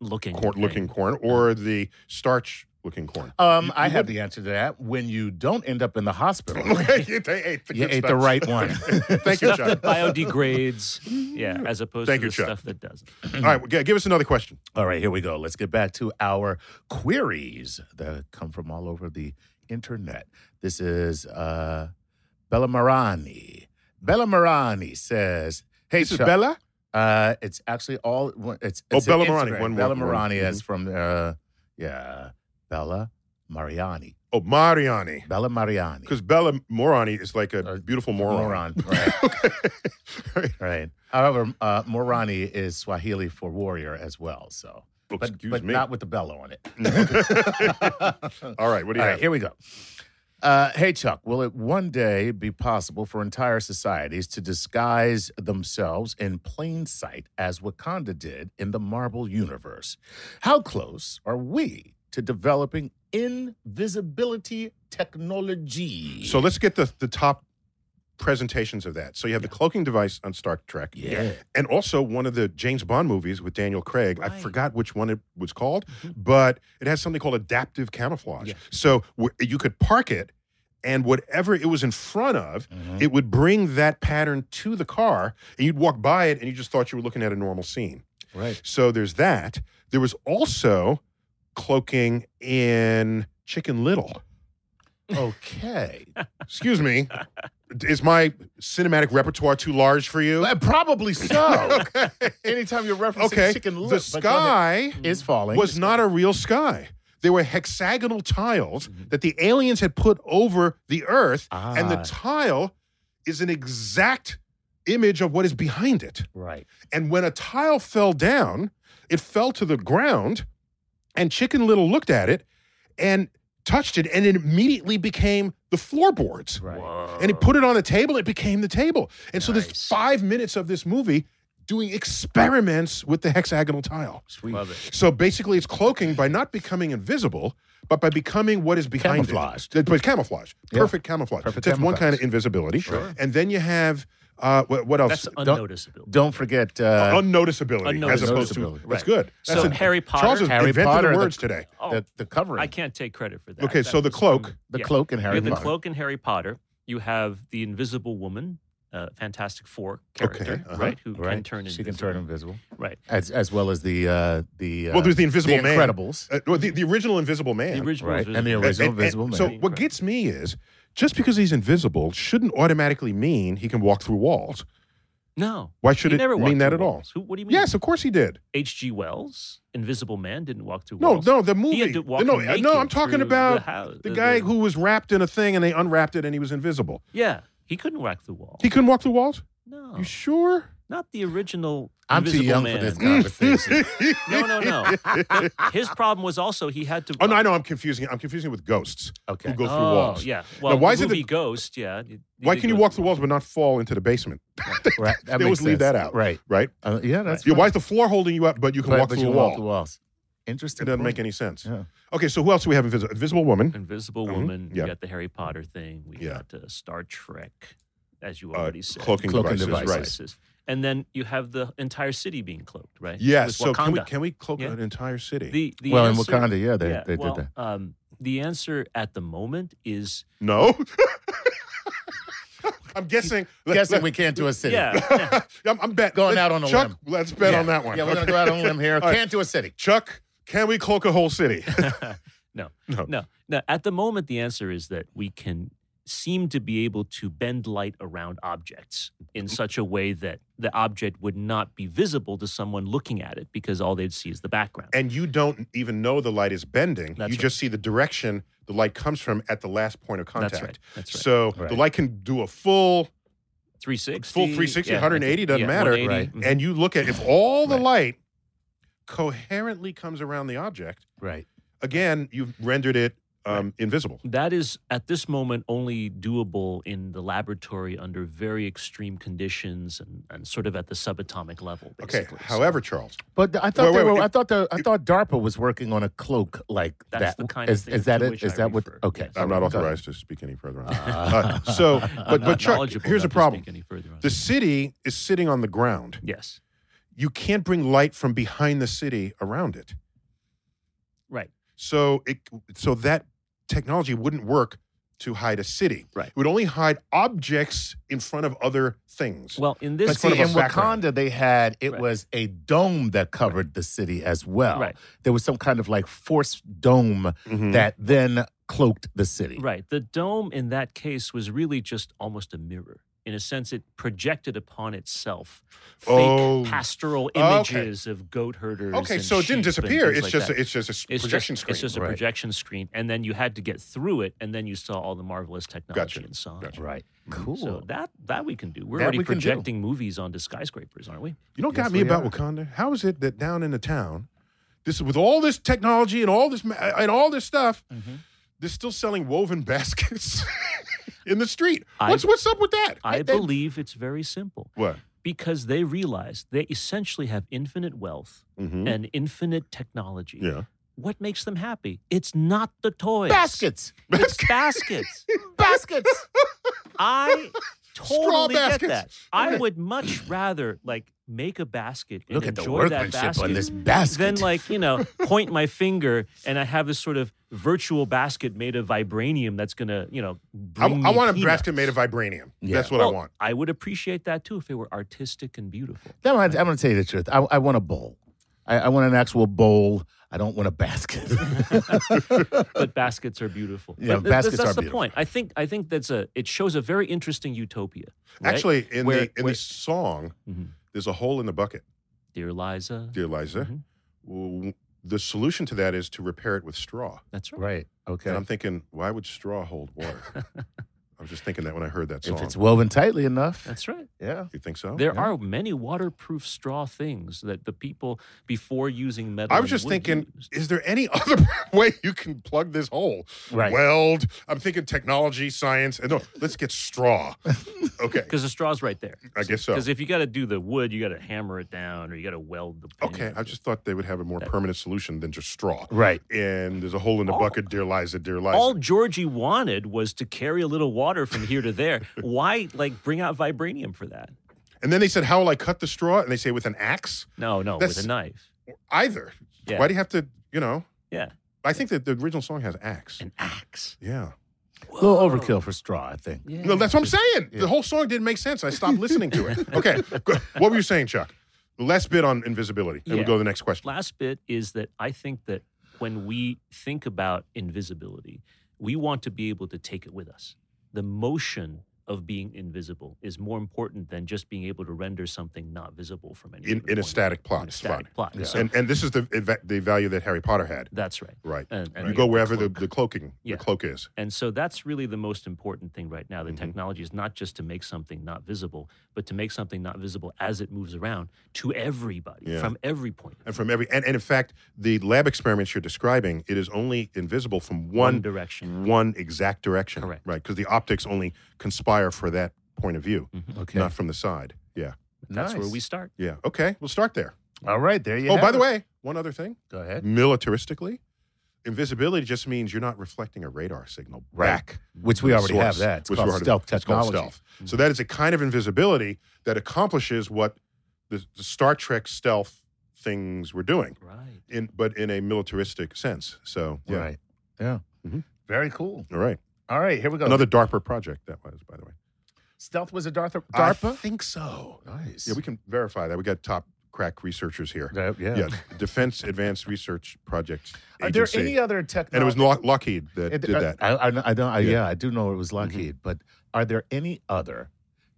Speaker 3: looking
Speaker 2: corn,
Speaker 3: thing.
Speaker 2: looking corn or the starch looking corn?
Speaker 4: Um, I have the answer to that. When you don't end up in the hospital,
Speaker 2: you they ate the,
Speaker 4: you
Speaker 2: good
Speaker 4: ate the
Speaker 2: stuff.
Speaker 4: right one.
Speaker 2: Thank you,
Speaker 3: stuff
Speaker 2: Chuck.
Speaker 3: that biodegrades, yeah, as opposed
Speaker 2: Thank
Speaker 3: to
Speaker 2: you,
Speaker 3: the
Speaker 2: Chuck.
Speaker 3: stuff that doesn't.
Speaker 2: All right, well, g- give us another question.
Speaker 4: All right, here we go. Let's get back to our queries that come from all over the internet. This is uh, Bella Marani. Bella Marani says, "Hey,
Speaker 2: This is
Speaker 4: Chuck-
Speaker 2: Bella.
Speaker 4: Uh, it's actually all. It's,
Speaker 2: Oh,
Speaker 4: it's an
Speaker 2: Bella Marani.
Speaker 4: Instagram.
Speaker 2: One
Speaker 4: Bella
Speaker 2: word, one-
Speaker 4: Marani is from. Uh, yeah, Bella Mariani.
Speaker 2: Oh, Mariani.
Speaker 4: Bella Mariani.
Speaker 2: Because Bella Morani is like a
Speaker 4: Uh,
Speaker 2: beautiful moron.
Speaker 4: moron. Right.
Speaker 2: Right.
Speaker 4: right. However, uh, Morani is Swahili for warrior as well. So,
Speaker 2: Well,
Speaker 4: but,
Speaker 2: Excuse
Speaker 4: but
Speaker 2: me.
Speaker 4: not with the Bella on it.
Speaker 2: All right, what do you
Speaker 4: All right,
Speaker 2: have?
Speaker 4: here we go. Uh, hey, Chuck, will it one day be possible for entire societies to disguise themselves in plain sight as Wakanda did in the Marvel Universe? How close are we to developing invisibility technology?
Speaker 2: So let's get the, the top presentations of that. So you have the cloaking device on Star Trek.
Speaker 4: yeah.
Speaker 2: And also one of the James Bond movies with Daniel Craig. I
Speaker 3: Right.
Speaker 2: forgot which one it was called, but it has something called adaptive camouflage.
Speaker 3: Yeah.
Speaker 2: So w- you could park it, and whatever it was in front of,
Speaker 4: Mhm.
Speaker 2: it would bring that pattern to the car, and you'd walk by it, and you just thought you were looking at a normal scene.
Speaker 4: Right.
Speaker 2: So there's that. There was also cloaking in Chicken Little.
Speaker 4: Okay.
Speaker 2: Excuse me. Is my cinematic repertoire too large for you?
Speaker 4: Uh, Probably so.
Speaker 2: okay.
Speaker 4: Anytime you're referencing
Speaker 2: Okay.
Speaker 4: chicken lip,
Speaker 2: the
Speaker 4: but go ahead.
Speaker 2: sky
Speaker 4: Mm-hmm. is falling.
Speaker 2: was not a real sky. They were hexagonal tiles that the aliens had put over the earth, and the
Speaker 4: Mm-hmm. Ah.
Speaker 2: tile is an exact image of what is behind it.
Speaker 4: right.
Speaker 2: And when a tile fell down, it fell to the ground, and Chicken Little looked at it, and touched it and it immediately became the floorboards.
Speaker 4: Right.
Speaker 2: And he put it on the table, it became the table. And so there's
Speaker 3: Nice.
Speaker 2: five minutes of this movie doing experiments with the hexagonal tile.
Speaker 4: Sweet.
Speaker 3: Love it.
Speaker 2: So basically, it's cloaking by not becoming invisible, but by becoming what is behind
Speaker 4: Camouflaged.
Speaker 2: it. But camouflage,
Speaker 4: Yeah.
Speaker 2: perfect camouflage.
Speaker 4: Perfect
Speaker 2: so it's one kind
Speaker 4: camouflage.
Speaker 2: of invisibility,
Speaker 4: Sure.
Speaker 2: and then you have uh, what, what else?
Speaker 3: That's unnoticeable.
Speaker 4: Don't forget
Speaker 2: Oh,
Speaker 4: uh,
Speaker 2: unnoticeability, as opposed to
Speaker 4: Unnoticeability,
Speaker 2: that's
Speaker 4: right.
Speaker 2: good. That's
Speaker 3: So
Speaker 2: it.
Speaker 3: Harry Potter.
Speaker 2: Charles is
Speaker 4: Harry
Speaker 2: invented
Speaker 4: Potter,
Speaker 2: the
Speaker 4: the-
Speaker 2: words today.
Speaker 3: oh,
Speaker 4: the, the covering.
Speaker 3: I can't take credit for that.
Speaker 2: Okay,
Speaker 3: That
Speaker 2: so the
Speaker 3: was
Speaker 2: cloak-
Speaker 3: from-
Speaker 4: the
Speaker 3: yeah.
Speaker 4: cloak and
Speaker 3: You
Speaker 4: Harry
Speaker 3: have the
Speaker 4: Potter.
Speaker 3: cloak in Harry Potter. You have the Invisible Woman, uh, Fantastic Four character,
Speaker 2: Okay, uh-huh.
Speaker 3: right? Who can
Speaker 4: Right.
Speaker 3: turn
Speaker 4: she
Speaker 3: invisible?
Speaker 4: can turn invisible,
Speaker 3: Right.
Speaker 4: as as well as the uh, the uh,
Speaker 2: well, there's the Invisible Man,
Speaker 4: Incredibles,
Speaker 2: Uh, well, the, the original Invisible Man.
Speaker 3: The original is
Speaker 4: right? And the
Speaker 3: Visible.
Speaker 2: And-
Speaker 4: original
Speaker 2: and- and
Speaker 4: Invisible Man.
Speaker 2: So what gets me is just because he's invisible shouldn't automatically mean he can walk through walls.
Speaker 3: No.
Speaker 2: Why should
Speaker 3: he
Speaker 2: it
Speaker 3: never walked
Speaker 2: mean that
Speaker 3: through
Speaker 2: at all?
Speaker 3: walls. Who, what do you mean?
Speaker 2: Yes, of course he did.
Speaker 3: H.G. Wells, Invisible Man, didn't walk through
Speaker 2: No,
Speaker 3: walls.
Speaker 2: no, the movie.
Speaker 3: He had to walk
Speaker 2: no, uh,
Speaker 3: naked
Speaker 2: no, I'm talking
Speaker 3: through
Speaker 2: about
Speaker 3: the, house,
Speaker 2: the guy
Speaker 3: the-
Speaker 2: who was wrapped in a thing and they unwrapped it and he was invisible.
Speaker 3: Yeah, he couldn't walk through walls.
Speaker 2: He couldn't walk through walls.
Speaker 3: no,
Speaker 2: You sure?
Speaker 3: not the original.
Speaker 4: I'm too
Speaker 3: Invisible
Speaker 4: young
Speaker 3: man.
Speaker 4: for this conversation.
Speaker 3: No, no, no. His problem was also he had to.
Speaker 2: Oh no, I know. I'm confusing. I'm confusing with ghosts
Speaker 4: okay,
Speaker 2: who go through
Speaker 3: Oh,
Speaker 2: walls.
Speaker 3: Yeah. Well,
Speaker 2: why
Speaker 3: why
Speaker 2: is it
Speaker 3: movie
Speaker 2: the-
Speaker 3: Ghost? Yeah. you-
Speaker 2: Why
Speaker 3: did
Speaker 2: can you
Speaker 3: go
Speaker 2: walk through walls but not fall into the basement?
Speaker 4: right. That
Speaker 2: They
Speaker 4: makes
Speaker 2: always leave
Speaker 4: sense.
Speaker 2: that out.
Speaker 4: Right.
Speaker 2: Right?
Speaker 4: Uh, yeah, that's
Speaker 2: Yeah,
Speaker 4: fine.
Speaker 2: why is the floor holding you up but you can
Speaker 4: But-
Speaker 2: walk
Speaker 4: but
Speaker 2: through
Speaker 4: you
Speaker 2: a
Speaker 4: can walk
Speaker 2: wall?
Speaker 4: through walls.
Speaker 2: It
Speaker 4: Interesting.
Speaker 2: doesn't make
Speaker 4: point.
Speaker 2: any sense.
Speaker 4: Yeah.
Speaker 2: Okay, so who else do we have invisible? Invisible woman.
Speaker 3: Invisible
Speaker 2: Mhm,
Speaker 3: Woman.
Speaker 2: yeah.
Speaker 3: We got the Harry Potter thing. We
Speaker 2: Yeah.
Speaker 3: got uh, Star Trek, as you
Speaker 2: Uh,
Speaker 3: already said.
Speaker 2: cloaking,
Speaker 4: Cloaking
Speaker 2: devices,
Speaker 4: devices.
Speaker 3: Right. And then you have the entire city being cloaked, right?
Speaker 2: Right. Yes.
Speaker 3: With
Speaker 2: So can we
Speaker 3: Wakanda.
Speaker 2: can we cloak
Speaker 3: Yeah.
Speaker 2: an entire city?
Speaker 3: The, the
Speaker 4: well,
Speaker 3: answer,
Speaker 4: in Wakanda, yeah, they,
Speaker 3: yeah,
Speaker 4: they
Speaker 3: well,
Speaker 4: did
Speaker 3: Um, the answer at the moment is
Speaker 2: no. I'm guessing.
Speaker 4: that. Guessing we can't do a city.
Speaker 3: yeah.
Speaker 2: I'm, I'm bet
Speaker 4: Going
Speaker 2: let-
Speaker 4: out on a
Speaker 2: Chuck,
Speaker 4: limb.
Speaker 2: Let's bet
Speaker 4: Yeah.
Speaker 2: on that one.
Speaker 4: Yeah, we're gonna
Speaker 2: Okay.
Speaker 4: go out on a limb here.
Speaker 2: All right.
Speaker 4: Can't do a city.
Speaker 2: Chuck, can we cloak a whole city?
Speaker 3: no,
Speaker 2: No.
Speaker 3: no, no, no. At the moment, the answer is that we can seem to be able to bend light around objects in
Speaker 2: Mm-hmm.
Speaker 3: such a way that the object would not be visible to someone looking at it because all they'd see is the background.
Speaker 2: and you don't even know the light is bending.
Speaker 3: That's
Speaker 2: you
Speaker 3: right.
Speaker 2: just see the direction the light comes from at the last point of contact.
Speaker 3: That's right. That's right.
Speaker 2: So
Speaker 4: Right.
Speaker 2: the light can do a full,
Speaker 3: 360.
Speaker 2: full 360,
Speaker 3: yeah,
Speaker 2: 180, doesn't
Speaker 3: yeah,
Speaker 2: matter.
Speaker 3: 180,
Speaker 4: Right.
Speaker 3: mhm.
Speaker 2: and you look at if all the
Speaker 4: Mm-hmm. Right.
Speaker 2: light coherently comes around the object,
Speaker 4: Right.
Speaker 2: again, you've rendered it um, invisible.
Speaker 3: That is at this moment only doable in the laboratory under very extreme conditions and, and sort of at the subatomic level.
Speaker 2: Okay.
Speaker 3: Basically. So
Speaker 2: However, Charles,
Speaker 4: But th- I thought
Speaker 2: Wait,
Speaker 4: they
Speaker 2: wait,
Speaker 4: were,
Speaker 2: wait.
Speaker 4: I thought the, I thought DARPA was working on a cloak like
Speaker 3: That's
Speaker 4: that.
Speaker 3: the kind of
Speaker 4: is,
Speaker 3: thing
Speaker 4: is that
Speaker 3: to
Speaker 4: it? Is
Speaker 3: which I
Speaker 4: that what?
Speaker 3: refer.
Speaker 4: Okay.
Speaker 3: Yes.
Speaker 2: I'm not
Speaker 4: Go
Speaker 2: authorized to speak any further on that.
Speaker 4: ahead.
Speaker 2: Uh, so,
Speaker 3: I'm
Speaker 2: but
Speaker 3: not
Speaker 2: but Chuck,
Speaker 3: knowledgeable
Speaker 2: here's the
Speaker 3: enough to
Speaker 2: problem:
Speaker 3: speak any further on
Speaker 2: the
Speaker 3: it.
Speaker 2: city is sitting on the ground.
Speaker 3: yes.
Speaker 2: you can't bring light from behind the city around it.
Speaker 3: Right.
Speaker 2: So it so that technology wouldn't work to hide a city.
Speaker 3: Right.
Speaker 2: It would only hide objects in front of other things.
Speaker 3: Well, in this
Speaker 2: But
Speaker 4: See,
Speaker 2: front of
Speaker 4: in
Speaker 2: us
Speaker 4: Wakanda,
Speaker 2: background.
Speaker 4: they had it
Speaker 3: Right.
Speaker 4: was a dome that covered the city as well.
Speaker 2: Oh.
Speaker 3: Right.
Speaker 4: There was some kind of like force dome
Speaker 2: Mhm.
Speaker 4: that then cloaked the city.
Speaker 3: Right. The dome in that case was really just almost a mirror. In a sense, it projected upon itself fake
Speaker 2: Oh.
Speaker 3: pastoral
Speaker 2: Okay.
Speaker 3: images of goat herders.
Speaker 2: okay,
Speaker 3: and
Speaker 2: so it didn't
Speaker 3: sheep and
Speaker 2: disappear.
Speaker 3: things
Speaker 2: It's
Speaker 3: like
Speaker 2: just
Speaker 3: that.
Speaker 2: a, it's just a s-
Speaker 3: It's
Speaker 2: projection
Speaker 3: just,
Speaker 2: screen.
Speaker 3: It's just a
Speaker 4: right.
Speaker 3: projection screen, and then you had to get through it, and then you saw all the marvelous technology
Speaker 2: Gotcha.
Speaker 3: and so on.
Speaker 2: Gotcha.
Speaker 4: Right. Cool.
Speaker 3: Mm, So that that we can do. We're
Speaker 4: That
Speaker 3: already
Speaker 4: we can do.
Speaker 3: projecting movies onto skyscrapers, aren't we?
Speaker 2: you know what got
Speaker 4: Yes,
Speaker 2: me
Speaker 4: we
Speaker 2: about
Speaker 4: are.
Speaker 2: Wakanda? How is it that down in the town, this with all this technology and all this ma- and all this stuff,
Speaker 3: Mm-hmm.
Speaker 2: they're still selling woven baskets in the street?
Speaker 3: I-
Speaker 2: What's what's up with that?
Speaker 3: I
Speaker 2: They-
Speaker 3: believe it's very simple
Speaker 2: what?
Speaker 3: because they realize they essentially have infinite wealth
Speaker 2: Mhm.
Speaker 3: and infinite technology.
Speaker 2: Yeah.
Speaker 3: What makes them happy? It's not the toys.
Speaker 4: Baskets.
Speaker 3: It's baskets.
Speaker 4: Baskets.
Speaker 3: I totally get
Speaker 2: baskets.
Speaker 3: that. I
Speaker 2: Right.
Speaker 3: would much rather like make a basket and
Speaker 4: Look at the
Speaker 3: enjoy that
Speaker 4: workmanship
Speaker 3: basket
Speaker 4: on this basket.
Speaker 3: than like, you know, point my finger and I have this sort of virtual basket made of vibranium that's going to, you know,
Speaker 2: I,
Speaker 3: bring
Speaker 2: I
Speaker 3: me
Speaker 2: want a
Speaker 3: peanuts.
Speaker 2: basket made of vibranium.
Speaker 4: Yeah.
Speaker 2: That's what I
Speaker 3: Well,
Speaker 2: want.
Speaker 3: I would appreciate that too if it were artistic and beautiful.
Speaker 4: No, I, I'm going to tell you the truth. I, I want a bowl. I, I want an actual bowl. I don't want a basket.
Speaker 3: but baskets are beautiful.
Speaker 4: Yeah,
Speaker 3: But th-
Speaker 4: baskets
Speaker 3: that's
Speaker 4: are
Speaker 3: the
Speaker 4: beautiful.
Speaker 3: point. I think I think that's a it shows a very interesting utopia. right?
Speaker 2: Actually, in
Speaker 3: Where-
Speaker 2: the in
Speaker 3: where-
Speaker 2: the song,
Speaker 3: Mhm.
Speaker 2: there's a hole in the bucket,
Speaker 3: dear Liza,
Speaker 2: dear Liza.
Speaker 3: Mhm.
Speaker 2: W- The solution to that is to repair it with straw.
Speaker 3: that's right.
Speaker 4: right. Okay.
Speaker 2: And I'm thinking, why would straw hold water? I was just thinking that when I heard that song.
Speaker 4: if it's woven tightly enough,
Speaker 3: That's right.
Speaker 4: Yeah.
Speaker 2: You think so?
Speaker 3: There
Speaker 4: yeah.
Speaker 3: are many waterproof straw things that the people before using metal.
Speaker 2: I
Speaker 3: and
Speaker 2: was just
Speaker 3: wood
Speaker 2: thinking,
Speaker 3: used.
Speaker 2: is there any other way you can plug this hole?
Speaker 4: Right.
Speaker 2: Weld. I'm thinking technology, science. and No, let's get straw. Okay.
Speaker 3: Because the straw's right there.
Speaker 2: I guess so.
Speaker 3: Because if you got to do the wood, you got to hammer it down or you got to weld the. pin.
Speaker 2: Okay. I just thought they would have a more permanent solution than just straw.
Speaker 4: Right.
Speaker 2: And there's a hole in the
Speaker 3: All-
Speaker 2: bucket. Dear Liza, dear Liza.
Speaker 3: All Georgie wanted was to carry a little water from here to there. Why, like, bring out vibranium for that?
Speaker 2: and then they said, how will I cut the straw? And they say with an axe.
Speaker 3: No, no, with
Speaker 2: That's-
Speaker 3: a knife.
Speaker 2: Either.
Speaker 3: Yeah.
Speaker 2: Why do you have to? You know.
Speaker 3: Yeah,
Speaker 2: I think that the original song has axe.
Speaker 3: an axe.
Speaker 2: Yeah.
Speaker 4: A little overkill for straw, I think.
Speaker 3: Yeah.
Speaker 2: No, that's what I'm saying. The whole song didn't make sense. I stopped listening to it. Okay. Go- What were you saying, Chuck? The last bit on invisibility, and
Speaker 3: Yeah.
Speaker 2: we'll go to the next question.
Speaker 3: Last bit is that I think that when we think about invisibility, we want to be able to take it with us. The motion of being invisible is more important than just being able to render something not visible from any
Speaker 2: in,
Speaker 3: given
Speaker 2: in a
Speaker 3: point,
Speaker 2: static plot.
Speaker 3: in a
Speaker 2: it's
Speaker 3: static
Speaker 2: fine.
Speaker 3: plot.
Speaker 4: Yeah.
Speaker 3: So
Speaker 2: and and this is the eva- the value that Harry Potter had,
Speaker 3: that's right.
Speaker 2: right?
Speaker 3: And, and
Speaker 2: you
Speaker 3: the
Speaker 2: go
Speaker 3: other
Speaker 2: wherever
Speaker 3: cloak.
Speaker 2: the the cloaking
Speaker 3: Yeah.
Speaker 2: the cloak is.
Speaker 3: And so that's really the most important thing right now. The
Speaker 2: Mhm.
Speaker 3: technology is not just to make something not visible, but to make something not visible as it moves around to everybody
Speaker 2: Yeah.
Speaker 3: from every point.
Speaker 2: And from every and, and in fact, the lab experiments you're describing, it is only invisible from one
Speaker 3: direction.
Speaker 2: one exact direction,
Speaker 3: Correct.
Speaker 2: Right, because the optics only conspire for that point of view,
Speaker 4: Okay.
Speaker 2: not from the side. Yeah,
Speaker 3: That's where
Speaker 4: Nice.
Speaker 3: we start.
Speaker 2: yeah. Okay, we'll start there.
Speaker 4: All right, there you
Speaker 2: oh,
Speaker 4: have
Speaker 2: by the
Speaker 4: it.
Speaker 2: way, one other thing.
Speaker 4: Go ahead.
Speaker 2: Militaristically, invisibility just means you're not reflecting a radar signal
Speaker 4: Right.
Speaker 2: back.
Speaker 4: Which we already
Speaker 2: source,
Speaker 4: have that. It's
Speaker 2: which
Speaker 4: called
Speaker 2: we already-
Speaker 4: stealth
Speaker 2: it's called
Speaker 4: technology. Mm-hmm.
Speaker 2: stealth. So that is a kind of invisibility that accomplishes what the, the Star Trek stealth things were doing,
Speaker 3: Right.
Speaker 2: in but in a militaristic sense. So yeah,
Speaker 4: Right. Yeah. Mm-hmm.
Speaker 2: Mhm.
Speaker 4: Very cool.
Speaker 2: all right.
Speaker 4: All right, here we go.
Speaker 2: Another DARPA project that was, by the way.
Speaker 4: stealth was a DARPA.
Speaker 2: I
Speaker 4: DARPA?
Speaker 2: think so.
Speaker 4: nice.
Speaker 2: Yeah, we can verify that. We got top crack researchers here.
Speaker 4: Yeah, yeah.
Speaker 2: Yeah, Defense Advanced Research Project
Speaker 4: Are there
Speaker 2: Agency,
Speaker 4: any other technology?
Speaker 2: and it was Lock- Lockheed that
Speaker 4: It-
Speaker 2: did
Speaker 4: uh,
Speaker 2: that.
Speaker 4: I, I, know- I know. I,
Speaker 2: Yeah. Mm-hmm.
Speaker 4: yeah. I do know it was Lockheed. But are there any other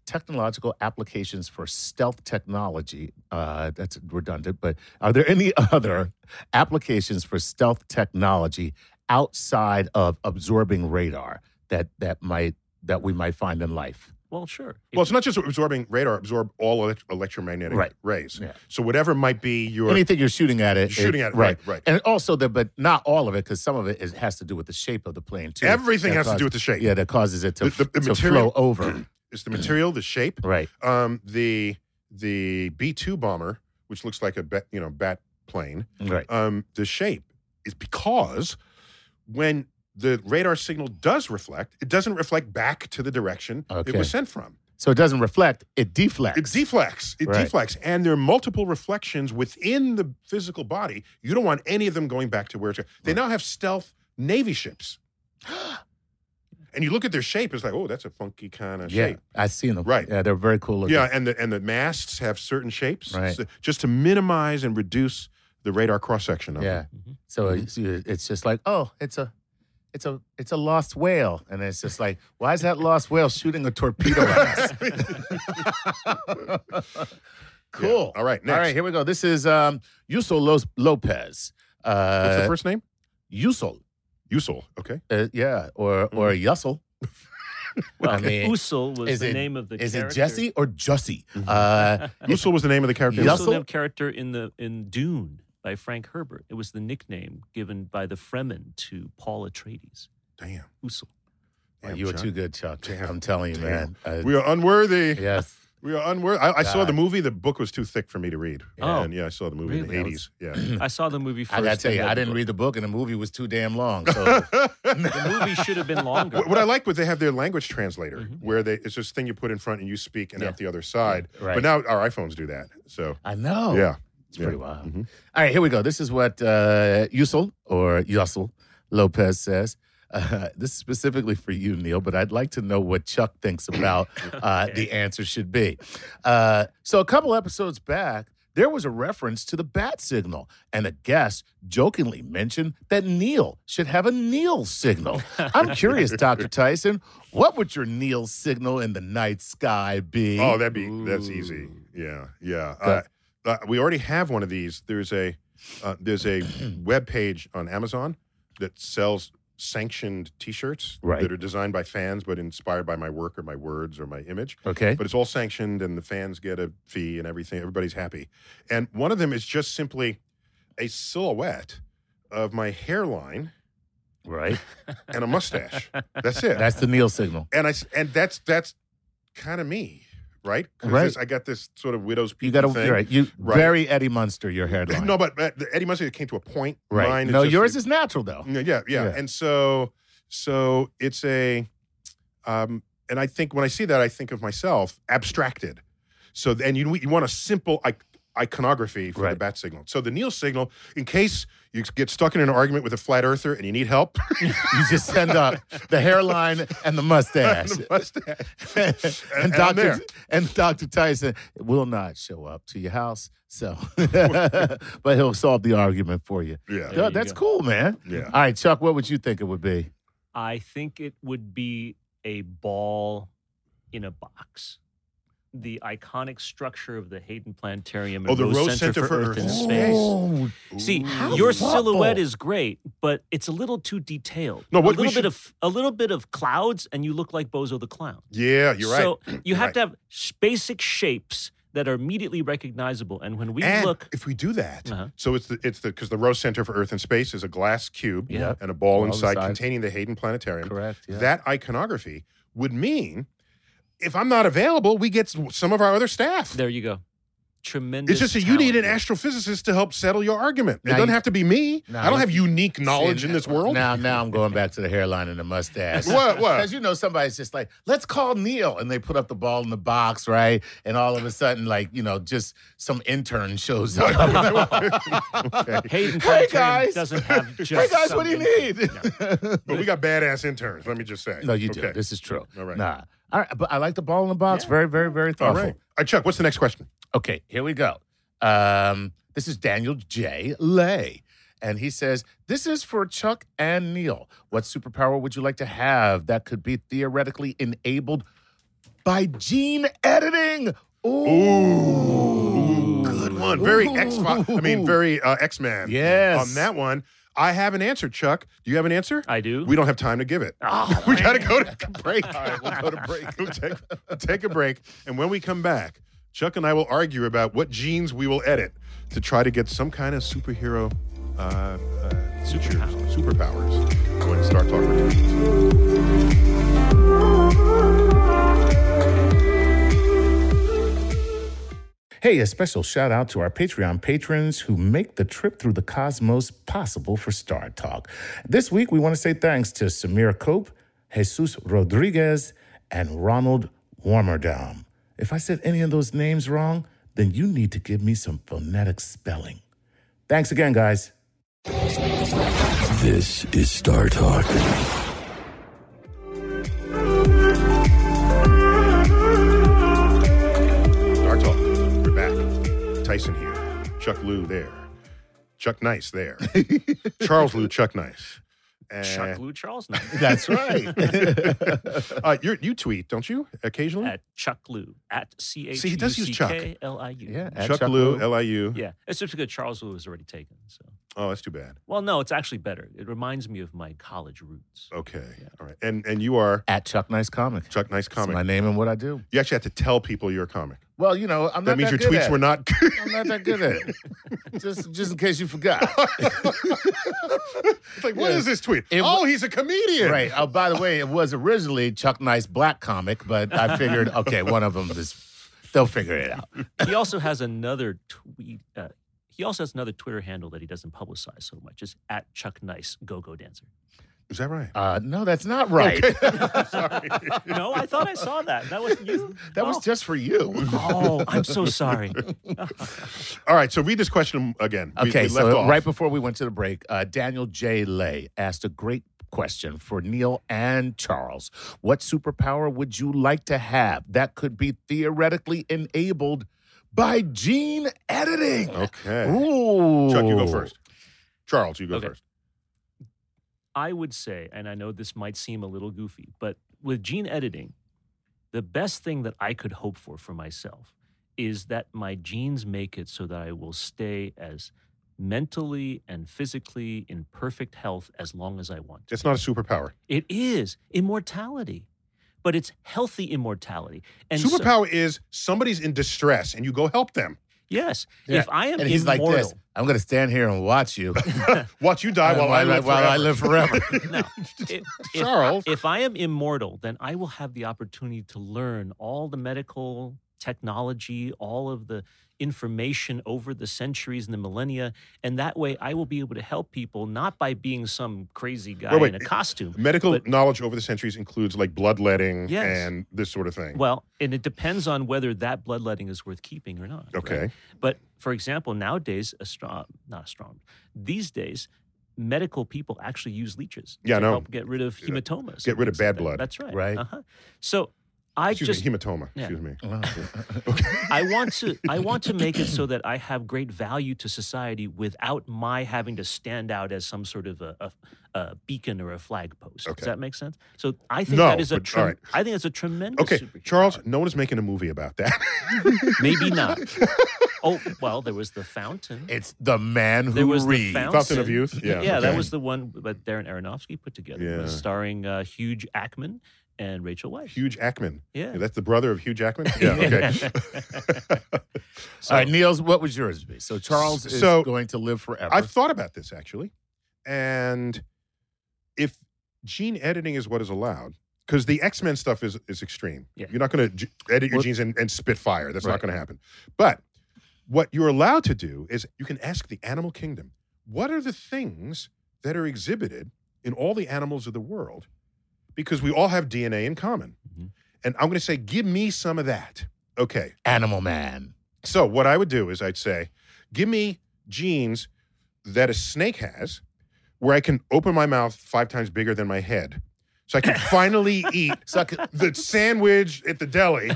Speaker 4: technological applications for stealth technology? Uh, that's redundant. But are there any other applications for stealth technology outside of absorbing radar that that might that we might find in life?
Speaker 3: Well, sure. If-
Speaker 2: Well, it's not just absorbing radar; absorb all elect- electromagnetic
Speaker 4: Right.
Speaker 2: rays.
Speaker 4: Yeah.
Speaker 2: So whatever might be your
Speaker 4: Anything you're shooting at it,
Speaker 2: shooting at, it, right, right.
Speaker 4: And also, the, but not all of it, because some of it is, has to do with the shape of the plane too.
Speaker 2: Everything
Speaker 4: That
Speaker 2: has to do
Speaker 4: causes-
Speaker 2: with the shape.
Speaker 4: Yeah, that causes it to,
Speaker 2: The- the- the
Speaker 4: to
Speaker 2: material-
Speaker 4: flow over.
Speaker 2: It's the material, the shape.
Speaker 4: right.
Speaker 2: Um, the the B two bomber, which looks like a bat, you know bat plane.
Speaker 4: Right.
Speaker 2: Um, the shape is because when the radar signal does reflect, it doesn't reflect back to the direction it
Speaker 4: Okay.
Speaker 2: was sent from.
Speaker 4: So it doesn't reflect, it deflects.
Speaker 2: It deflects. It
Speaker 4: Right.
Speaker 2: deflects, and there are multiple reflections within the physical body. You don't want any of them going back to where it's. They now have stealth navy ships, and you look at their shape. It's like, oh, that's a funky kind of
Speaker 4: yeah,
Speaker 2: shape.
Speaker 4: I've seen them.
Speaker 2: Right.
Speaker 4: Yeah, they're very cool looking.
Speaker 2: Yeah, and the and the masts have certain shapes,
Speaker 4: Right.
Speaker 2: so- just to minimize and reduce the radar cross section. of
Speaker 4: Yeah.
Speaker 2: it.
Speaker 3: Mhm.
Speaker 4: So
Speaker 2: Mm-hmm.
Speaker 4: it's, it's just like, oh, it's a it's a it's a lost whale. And it's just like, why is that lost whale shooting a torpedo at us? cool.
Speaker 2: Yeah. All right, next.
Speaker 4: All right, here we go. This is um Yuso Los- Lopez. Uh
Speaker 2: What's the first name?
Speaker 4: Yusol.
Speaker 2: Usul. Okay.
Speaker 4: Uh, yeah, or
Speaker 2: Mm-hmm.
Speaker 4: or Yussel.
Speaker 3: well
Speaker 4: I mean,
Speaker 3: Usul was
Speaker 4: is
Speaker 3: the
Speaker 4: it-
Speaker 3: name of the
Speaker 4: Is
Speaker 3: character.
Speaker 4: it Jesse or Jussie?
Speaker 2: Mm-hmm.
Speaker 4: Uh
Speaker 2: Usul was the name of the character.
Speaker 4: Yussel?
Speaker 3: Usul named character in the in Dune by Frank Herbert. It was the nickname given by the Fremen to Paul Atreides.
Speaker 2: Damn.
Speaker 3: Usul.
Speaker 2: Damn,
Speaker 4: Oh, you were
Speaker 2: Chuck.
Speaker 4: too good, Chuck.
Speaker 2: Damn.
Speaker 4: I'm telling you,
Speaker 2: Damn.
Speaker 4: man. Uh,
Speaker 2: We are unworthy.
Speaker 4: yes.
Speaker 2: We are unworthy. I, I saw
Speaker 4: God.
Speaker 2: the movie. The book was too thick for me to read.
Speaker 3: Oh.
Speaker 2: And yeah, I saw the movie in the
Speaker 3: Really?
Speaker 2: eighties. Yeah.
Speaker 3: I saw the movie first.
Speaker 4: Hmm. I gotta tell
Speaker 3: and
Speaker 4: you,
Speaker 3: then
Speaker 4: I
Speaker 3: the
Speaker 4: didn't
Speaker 3: book.
Speaker 4: read the book, and the movie was too damn long. So
Speaker 3: The movie should have been longer.
Speaker 2: What what I like was they have their language translator,
Speaker 3: Mhm.
Speaker 2: where they it's this thing you put in front and you speak, and
Speaker 3: Yeah.
Speaker 2: out the other side.
Speaker 4: Right. Oh.
Speaker 2: But now our iPhones do that. So
Speaker 4: I know.
Speaker 2: yeah,
Speaker 4: It's
Speaker 2: Yeah.
Speaker 4: pretty wild.
Speaker 2: Mhm.
Speaker 4: All right, here we go. This is what uh, Yussel or Yussel Lopez says. Uh, this is specifically for you, Neil, but I'd like to know what Chuck thinks about uh, the answer should be. Uh, so, a couple episodes back, there was a reference to the bat signal, and a guest jokingly mentioned that Neil should have a Neil signal. I'm curious, Dr. Tyson, what would your Neil signal in the night sky be?
Speaker 2: Oh, that'd be that's easy. Yeah, yeah. Uh, uh, we already have one of these. There's a uh, there's a web page on Amazon that sells sanctioned T-shirts
Speaker 4: Right.
Speaker 2: that are designed by fans but inspired by my work or my words or my image.
Speaker 4: Okay.
Speaker 2: But it's all sanctioned, and the fans get a fee and everything. Everybody's happy. And one of them is just simply a silhouette of my hairline
Speaker 4: Right.
Speaker 2: and a mustache. That's it.
Speaker 4: That's the Neil signal.
Speaker 2: and I s- and that's that's kind of me, right? 'Cause
Speaker 4: Right.
Speaker 2: this- I got this sort of widow's peak.
Speaker 4: You got to
Speaker 2: thing.
Speaker 4: right. You
Speaker 2: Right.
Speaker 4: very Eddie Munster your hairline.
Speaker 2: No, but, but Eddie Munster came to a point.
Speaker 4: right.
Speaker 2: Mine
Speaker 4: no,
Speaker 2: just-
Speaker 4: yours is natural though.
Speaker 2: Yeah, yeah, yeah.
Speaker 4: Yeah.
Speaker 2: And so, so it's a, um, and I think when I see that, I think of myself abstracted. So and you you want a simple I- iconography for the
Speaker 4: Right.
Speaker 2: bat signal. So the Neil signal, in case you get stuck in an argument with a flat earther and you need help,
Speaker 4: You just send up the hairline and the mustache.
Speaker 2: the mustache.
Speaker 4: and,
Speaker 2: And- and I'm
Speaker 4: Dr.
Speaker 2: there.
Speaker 4: and Dr. Tyson will not show up to your house. So, but he'll solve the argument for you.
Speaker 2: yeah,
Speaker 3: There
Speaker 4: Yeah,
Speaker 3: you
Speaker 4: that's
Speaker 3: go.
Speaker 4: cool, man.
Speaker 2: yeah.
Speaker 4: All right, Chuck, what would you think it would be?
Speaker 3: I think it would be a ball in a box. The iconic structure of the Hayden Planetarium and
Speaker 2: Oh, the
Speaker 3: Rose,
Speaker 2: Rose
Speaker 3: Center, for Earth and
Speaker 2: Earth.
Speaker 3: Space.
Speaker 4: Oh,
Speaker 3: See,
Speaker 2: Ooh.
Speaker 3: your
Speaker 4: thoughtful.
Speaker 3: silhouette is great, but it's a little too detailed.
Speaker 2: No, what
Speaker 3: a
Speaker 2: we
Speaker 3: little
Speaker 2: should-
Speaker 3: bit of a little bit of clouds, and you look like Bozo the Clown.
Speaker 2: Yeah, you're right.
Speaker 3: So you
Speaker 2: You're
Speaker 3: have
Speaker 2: right.
Speaker 3: to have sh- basic shapes that are immediately recognizable. And when we
Speaker 2: and
Speaker 3: look,
Speaker 2: if we do that,
Speaker 3: Uh-huh.
Speaker 2: so it's the it's the because the Rose Center for Earth and Space is a glass cube
Speaker 4: Yeah.
Speaker 2: and a ball,
Speaker 4: Ball
Speaker 2: inside,
Speaker 4: inside.
Speaker 2: containing the Hayden Planetarium.
Speaker 4: correct. Yeah.
Speaker 2: That iconography would mean if I'm not available, we get s- some of our other staff.
Speaker 3: there you go. Tremendous.
Speaker 2: it's just that you need an
Speaker 3: talent.
Speaker 2: astrophysicist to help settle your argument. It
Speaker 4: Now
Speaker 2: doesn't
Speaker 4: you-
Speaker 2: have to be me.
Speaker 4: now
Speaker 2: I don't
Speaker 4: you-
Speaker 2: have unique knowledge
Speaker 4: See,
Speaker 2: in this world.
Speaker 4: Now, now I'm going back to the hairline and the mustache.
Speaker 2: What, what?
Speaker 4: Because you know somebody's just like, let's call Neil, and they put up the ball in the box, right? And all of a sudden, like you know, just some intern shows up.
Speaker 3: Hayden
Speaker 4: Hey,
Speaker 3: Planetarium
Speaker 4: guys.
Speaker 3: doesn't have just.
Speaker 4: hey guys, what do you
Speaker 3: something-
Speaker 4: need?
Speaker 2: but we got badass interns. Let me just say.
Speaker 4: No, you do.
Speaker 2: Okay.
Speaker 4: This is true.
Speaker 2: All right.
Speaker 4: Nah. All right, but I like the ball in the box.
Speaker 3: Yeah.
Speaker 4: Very, very, very
Speaker 2: All
Speaker 4: thoughtful.
Speaker 2: right. Uh, Chuck, what's the next question?
Speaker 4: Okay, here we go. Um, this is Daniel J. Lay. And he says, This is for Chuck and Neil. What superpower would you like to have that could be theoretically enabled by gene editing? Ooh.
Speaker 2: Good one. Very X. I mean, very uh, X Man.
Speaker 4: Yes.
Speaker 2: On that one, I have an answer, Chuck. Do you have an answer?
Speaker 3: I do.
Speaker 2: We don't have time to give it.
Speaker 3: Oh,
Speaker 2: we
Speaker 3: man.
Speaker 2: got to go to break. All right,
Speaker 4: we'll go to break.
Speaker 2: We'll take, we'll take a break. And when we come back, Chuck and I will argue about what genes we will edit to try to get some kind of superhero uh, uh, features, superpowers when Star Talk returns.
Speaker 4: Hey, a special shout out to our Patreon patrons who make the trip through the cosmos possible for Star Talk. This week, we want to say thanks to Samir Cope, Jesus Rodriguez, and Ronald Warmerdam. If I said any of those names wrong, then you need to give me some phonetic spelling. Thanks again, guys.
Speaker 5: This is Star Talk.
Speaker 2: Star Talk, we're back. Tyson here, Chuck Lou there, Chuck Nice there, Charles Lou, Chuck Nice. And,
Speaker 3: Chuck Lou Charles now.
Speaker 4: That's right.
Speaker 2: Uh, you're, you tweet, don't you, occasionally?
Speaker 3: at Chuck Lou at C H
Speaker 2: See, he
Speaker 3: U
Speaker 2: does use
Speaker 3: C K L I U.
Speaker 4: yeah, at
Speaker 2: Chuck, Lou, L I U.
Speaker 3: Yeah, it's just because Charles Lou is already taken. So,
Speaker 2: Oh, that's too bad.
Speaker 3: well, no, it's actually better. It reminds me of my college roots.
Speaker 2: Okay.
Speaker 3: Yeah.
Speaker 2: All right. And and you are
Speaker 4: At Chuck Nice Comic.
Speaker 2: Chuck Nice
Speaker 4: It's
Speaker 2: comic.
Speaker 4: my name and what I do.
Speaker 2: You actually have to tell people you're a comic.
Speaker 4: Well, you know, I'm
Speaker 2: That
Speaker 4: not
Speaker 2: means
Speaker 4: that
Speaker 2: your
Speaker 4: good
Speaker 2: tweets
Speaker 4: at
Speaker 2: were
Speaker 4: it.
Speaker 2: not good.
Speaker 4: I'm not that good at it. just, just in case you forgot.
Speaker 2: it's like, what is
Speaker 4: Yeah.
Speaker 2: this tweet?
Speaker 4: It
Speaker 2: oh,
Speaker 4: wa-
Speaker 2: he's a comedian.
Speaker 4: Right. Oh, by the way, it was originally Chuck Nice black comic, but I figured, okay, one of them is they'll figure it out.
Speaker 3: He also has another tweet. Uh, he also has another Twitter handle that he doesn't publicize so much. It's at Chuck Nice Go Go Dancer.
Speaker 2: Is that right?
Speaker 4: Uh, no, that's not right.
Speaker 2: Sorry.
Speaker 3: No, I thought I saw that. That was you.
Speaker 4: That was
Speaker 3: Oh.
Speaker 4: just for you.
Speaker 3: Oh, I'm so sorry.
Speaker 2: All right. So read this question again. We-
Speaker 4: Okay,
Speaker 2: we left
Speaker 4: so
Speaker 2: off.
Speaker 4: right before we went to the break, uh, Daniel J. Lay asked a great question for Neil and Charles. What superpower would you like to have that could be theoretically enabled by gene editing?
Speaker 2: Okay.
Speaker 4: Ooh.
Speaker 2: Chuck, you go first. Charles, you go
Speaker 3: Okay.
Speaker 2: first.
Speaker 3: I would say, and I know this might seem a little goofy, but with gene editing, the best thing that I could hope for for myself is that my genes make it so that I will stay as mentally and physically in perfect health as long as I want.
Speaker 2: It's not a superpower.
Speaker 3: It is immortality, but it's healthy immortality. And so-
Speaker 2: superpower is somebody's in distress and you go help them.
Speaker 3: yes,
Speaker 4: Yeah.
Speaker 3: if I am
Speaker 4: And he's
Speaker 3: immortal,
Speaker 4: like this. I'm going to stand here and watch you
Speaker 2: Watch you die
Speaker 3: Uh,
Speaker 4: And
Speaker 2: while, I live
Speaker 4: while I
Speaker 2: forever.
Speaker 4: live forever.
Speaker 3: no, if, if
Speaker 2: Charles.
Speaker 3: if I am immortal, then I will have the opportunity to learn all the medical technology, all of the information over the centuries and the millennia. And that way I will be able to help people, not by being some crazy guy
Speaker 2: Wait, Oh, wait.
Speaker 3: in a costume.
Speaker 2: Medical
Speaker 3: But-
Speaker 2: knowledge over the centuries includes like bloodletting
Speaker 3: Yes.
Speaker 2: and this sort of thing.
Speaker 3: Well, and it depends on whether that bloodletting is worth keeping or not. right?
Speaker 2: okay.
Speaker 3: But for example, nowadays, astro- not astronomers, these days, medical people actually use leeches
Speaker 2: Yeah, I
Speaker 3: to
Speaker 2: know.
Speaker 3: help get rid of hematomas.
Speaker 2: Get rid of
Speaker 3: and things like
Speaker 2: bad
Speaker 3: that.
Speaker 2: blood.
Speaker 3: That's right.
Speaker 4: Right.
Speaker 3: Uh-huh. So I
Speaker 2: Excuse
Speaker 3: just
Speaker 2: me, hematoma.
Speaker 3: Yeah.
Speaker 2: Excuse me.
Speaker 3: I want to I want to make it so that I have great value to society without my having to stand out as some sort of a, a, a beacon or a flagpost.
Speaker 2: Okay.
Speaker 3: Does that make sense? So I think
Speaker 2: No,
Speaker 3: that is a
Speaker 2: but all
Speaker 3: trem-
Speaker 2: right.
Speaker 3: I think it's a tremendous
Speaker 2: Okay,
Speaker 3: superpower.
Speaker 2: Charles, no one is making a movie about that.
Speaker 3: Maybe not. Oh well, there was the fountain.
Speaker 4: It's the man who
Speaker 3: There was
Speaker 4: reads.
Speaker 3: the fountain.
Speaker 2: Fountain of Youth? Yeah,
Speaker 3: yeah, that
Speaker 2: okay.
Speaker 3: was the one that Darren Aronofsky put together, It was
Speaker 2: Yeah.
Speaker 3: starring uh, Hugh Ackman and Rachel Weisz.
Speaker 2: Hugh Jackman.
Speaker 3: Yeah.
Speaker 2: That's the brother of Hugh Jackman? Yeah, okay.
Speaker 4: All right, Niels, what would yours be? So Charles is
Speaker 2: So-
Speaker 4: going to live forever.
Speaker 2: I've thought about this actually. And if gene editing is what is allowed, because the X Men stuff is, is extreme.
Speaker 3: Yeah.
Speaker 2: You're not going to edit your
Speaker 4: Well-
Speaker 2: genes and, and spit fire. That's not
Speaker 4: Right.
Speaker 2: going to happen. But what you're allowed to do is you can ask the animal kingdom what are the things that are exhibited in all the animals of the world? Because we all have DNA in common.
Speaker 4: Mm-hmm.
Speaker 3: Mhm.
Speaker 2: And I'm going to say, give me some of that. Okay.
Speaker 4: Animal Man.
Speaker 2: So what I would do is I'd say, give me genes that a snake has, where I can open my mouth five times bigger than my head, so I can finally eat
Speaker 4: So I could-
Speaker 2: the sandwich at the deli,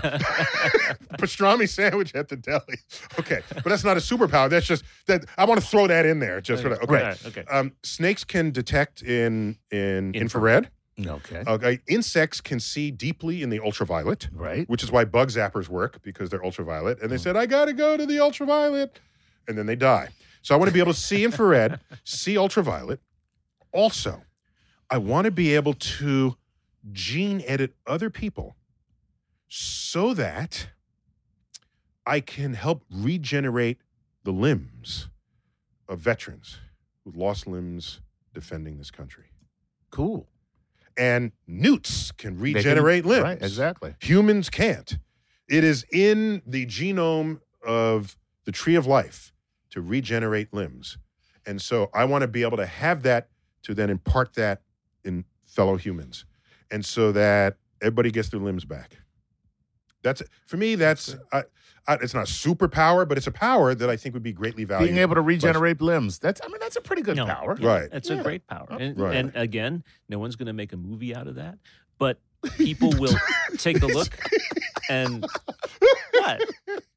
Speaker 2: pastrami sandwich at the deli. Okay, but that's not a superpower. That's just that I want to throw that in there. Just for that. okay.
Speaker 3: All right, okay.
Speaker 2: Um, snakes can detect in in infrared.
Speaker 3: Infrared.
Speaker 4: okay.
Speaker 2: Okay, insects can see deeply in the ultraviolet
Speaker 4: right.
Speaker 2: which is why bug zappers work because they're ultraviolet.
Speaker 4: Mm.
Speaker 2: And they said, I got to go to the ultraviolet. And then they die. So I want to be able to see infrared, see ultraviolet. Also, I want to be able to gene edit other people so that I can help regenerate the limbs of veterans who lost limbs defending this country.
Speaker 4: Cool.
Speaker 2: And newts can
Speaker 4: They can-
Speaker 2: regenerate limbs.
Speaker 4: Right, exactly.
Speaker 2: Humans can't. It is in the genome of the tree of life to regenerate limbs. And so I want to be able to have that to then impart that in fellow humans. And so that everybody gets their limbs back. That's for me, that's I, I, it's not a superpower, but it's a power that I think would be greatly valued.
Speaker 4: Being able to regenerate limbs. That's I mean, that's a pretty good
Speaker 3: No.
Speaker 4: power.
Speaker 2: right.
Speaker 3: That's
Speaker 4: Yeah.
Speaker 3: a great power. And,
Speaker 2: Right.
Speaker 3: and again, no one's going to make a movie out of that, but people will take a look and what?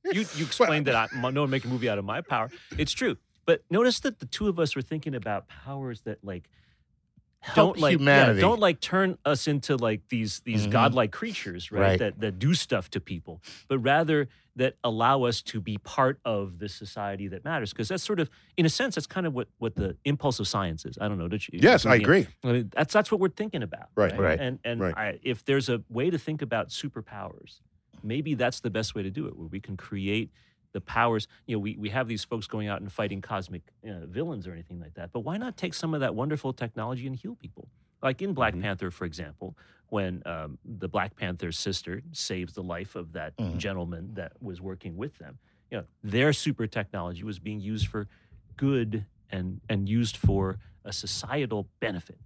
Speaker 3: You, you explained that I, no one make a movie out of my power. It's true. But notice that the two of us are thinking about powers that like
Speaker 4: Help
Speaker 3: don't like yeah,
Speaker 4: humanity.
Speaker 3: don't like turn us into like these these
Speaker 2: Mm-hmm.
Speaker 4: Mhm.
Speaker 3: godlike creatures, right?
Speaker 4: Right.
Speaker 3: That that do stuff to people, but rather that allow us to be part of the society that matters. Because that's sort of, in a sense, that's kind of what what the impulse of science is. I don't know. Did you,
Speaker 2: Yes, I
Speaker 3: Yeah.
Speaker 2: agree.
Speaker 3: I mean, that's that's what we're thinking about.
Speaker 2: Right,
Speaker 4: right,
Speaker 3: And and
Speaker 2: right.
Speaker 3: I, if there's a way to think about superpowers, maybe that's the best way to do it, where we can create the powers. You know, we, we have these folks going out and fighting cosmic uh, villains or anything like that. But why not take some of that wonderful technology and heal people? Like in Black
Speaker 2: Mhm.
Speaker 3: Panther, for example, when um, the Black Panther's sister saves the life of that
Speaker 2: Mm-hmm.
Speaker 4: Mhm.
Speaker 3: gentleman that was working with them, you know, their super technology was being used for good and and used for a societal benefit.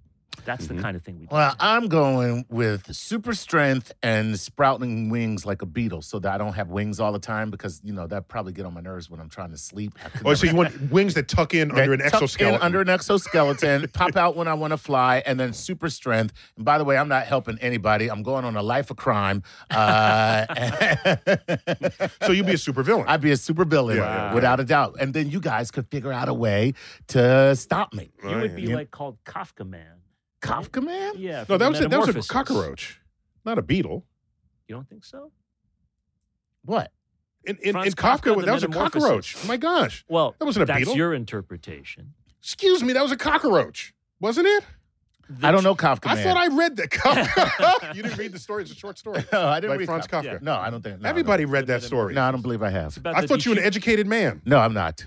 Speaker 3: That's
Speaker 2: Mhm.
Speaker 3: the kind of thing we do.
Speaker 4: Well, I'm going with super strength and sprouting wings like a beetle so that I don't have wings all the time because, you know, that probably get on my nerves when I'm trying to sleep. I could
Speaker 2: Oh,
Speaker 4: never-
Speaker 2: so you want wings that tuck in under an
Speaker 4: that tuck in
Speaker 2: exoskeleton?
Speaker 4: under an exoskeleton, pop out when I want to fly, and then super strength. And by the way, I'm not helping anybody. I'm going on a life of crime. Uh,
Speaker 2: so you'd be a supervillain.
Speaker 4: I'd be a super villain,
Speaker 2: Yeah, yeah, yeah.
Speaker 4: without a doubt. And then you guys could figure out a way to stop me.
Speaker 3: you would be
Speaker 2: Right.
Speaker 3: like called Kafka Man.
Speaker 4: Kafka man?
Speaker 3: Yeah.
Speaker 2: no, that
Speaker 3: from the
Speaker 2: was a, that was a
Speaker 3: Metamorphosis.
Speaker 2: cockroach, not a beetle.
Speaker 3: You don't think so?
Speaker 4: What?
Speaker 2: In, in, in
Speaker 3: Franz
Speaker 2: Kafka,
Speaker 3: Kafka, The
Speaker 2: that was a
Speaker 3: Metamorphosis.
Speaker 2: cockroach. Oh my gosh.
Speaker 3: Well,
Speaker 2: That wasn't a
Speaker 3: that's
Speaker 2: beetle.
Speaker 3: your interpretation.
Speaker 2: Excuse me, that was a cockroach, wasn't it?
Speaker 4: I don't know Kafka.
Speaker 2: I
Speaker 4: man.
Speaker 2: thought I read that. Kafka. you didn't read the story. It's a short story.
Speaker 4: No, I didn't
Speaker 2: by
Speaker 4: read
Speaker 2: Franz
Speaker 4: Kafka.
Speaker 2: Kafka.
Speaker 3: Yeah.
Speaker 4: No, I don't think. no, I don't-
Speaker 2: Everybody read that story.
Speaker 4: No, I don't believe I have.
Speaker 3: About
Speaker 2: I
Speaker 3: the
Speaker 2: thought you were an
Speaker 3: dehu-
Speaker 2: educated man.
Speaker 4: No, I'm not.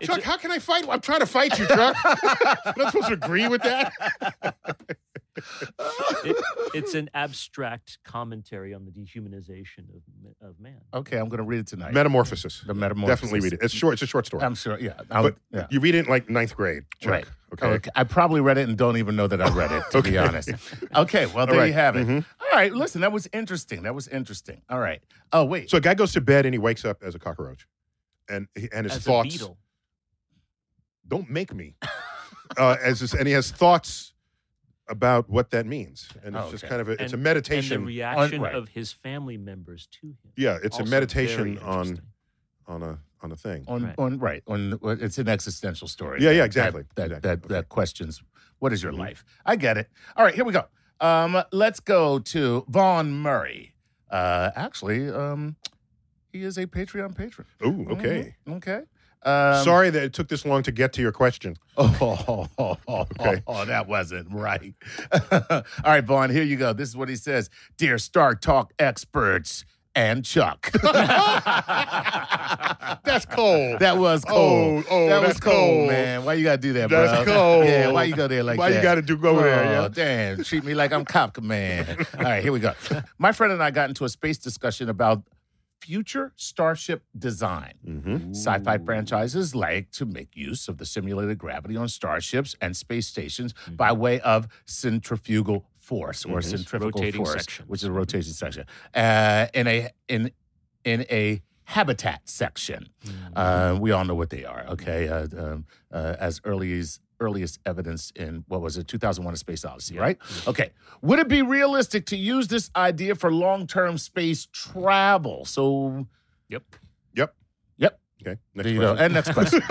Speaker 3: it's
Speaker 2: Chuck,
Speaker 3: a-
Speaker 2: how can I fight? I'm trying to fight you, Chuck. I'm not supposed to agree with that.
Speaker 3: it- it's an abstract commentary on the dehumanization of ma- of man.
Speaker 2: Oh,
Speaker 4: okay, I'm going to read it tonight.
Speaker 2: Metamorphosis.
Speaker 4: the metamorphosis.
Speaker 2: Definitely read it. It's short. It's a short story.
Speaker 4: I'm sure. Yeah.
Speaker 2: but
Speaker 4: I would- yeah.
Speaker 2: you read it in like ninth grade, Chuck.
Speaker 4: Right.
Speaker 2: Okay.
Speaker 4: Oh, Okay, I probably read it and don't even know that I read it, to be honest. Okay, well, there
Speaker 2: right. Mm-hmm.
Speaker 4: you have it. All right, listen, that was interesting. That was interesting. All right. Oh, wait.
Speaker 2: So a guy goes to bed and he wakes up as a cockroach, and he, and his
Speaker 3: As a
Speaker 2: thoughts
Speaker 3: beetle.
Speaker 2: don't make me. uh, as his, and he has thoughts about what that means, and it's
Speaker 4: Oh,
Speaker 2: just
Speaker 4: okay.
Speaker 2: kind of a, it's
Speaker 3: And-
Speaker 2: a
Speaker 3: And the
Speaker 2: meditation.
Speaker 3: reaction
Speaker 4: right.
Speaker 3: of his family members to him.
Speaker 2: yeah, it's a
Speaker 3: Also
Speaker 2: meditation
Speaker 3: very
Speaker 2: on
Speaker 3: interesting.
Speaker 2: on a on a thing.
Speaker 4: on,
Speaker 3: Right.
Speaker 4: on right on well, it's an existential story.
Speaker 2: Yeah, yeah,
Speaker 4: that-
Speaker 2: exactly,
Speaker 4: That that,
Speaker 2: exactly,
Speaker 4: that,
Speaker 2: okay.
Speaker 4: that questions what is your
Speaker 2: Mhm.
Speaker 4: life. I get it. All right, here we go. Um, let's go to Vaughn Murray. Uh, actually, um, he is a Patreon patron.
Speaker 2: Ooh, okay.
Speaker 4: Mhm, Okay. Um,
Speaker 2: Sorry that it took this long to get to your question.
Speaker 4: Oh, oh, oh,
Speaker 2: Okay.
Speaker 4: oh, that wasn't right. All right, Vaughn, here you go. This is what he says Dear Star Talk experts and Chuck.
Speaker 2: That's cold.
Speaker 4: That was cold.
Speaker 2: Oh, oh,
Speaker 4: that was
Speaker 2: that's
Speaker 4: cold,
Speaker 2: cold.
Speaker 4: man. Why you gotta do that,
Speaker 2: That's
Speaker 4: bro?
Speaker 2: cold.
Speaker 4: Yeah, why you go there like
Speaker 2: Why
Speaker 4: that?
Speaker 2: you gotta do- go there,
Speaker 4: Oh,
Speaker 2: yeah?
Speaker 4: Damn, treat me like I'm cop man. All right, here we go. My friend and I got into a space discussion about future starship design.
Speaker 2: mm-hmm.
Speaker 4: Sci-fi franchises like to make use of the simulated gravity on starships and space stations by way of centrifugal force or centrifugal
Speaker 3: Rotating
Speaker 4: force,
Speaker 3: sections.
Speaker 4: which is a rotation section, uh, in a in in a habitat section.
Speaker 3: Mm-hmm.
Speaker 4: Uh, we all know what they are, okay? Uh, um, uh, as early as earliest evidence in what was it 2001 a space odyssey right okay would it be realistic to use this idea for long-term space travel so
Speaker 3: Yep.
Speaker 4: yep
Speaker 2: Okay.
Speaker 4: there you go. And next question.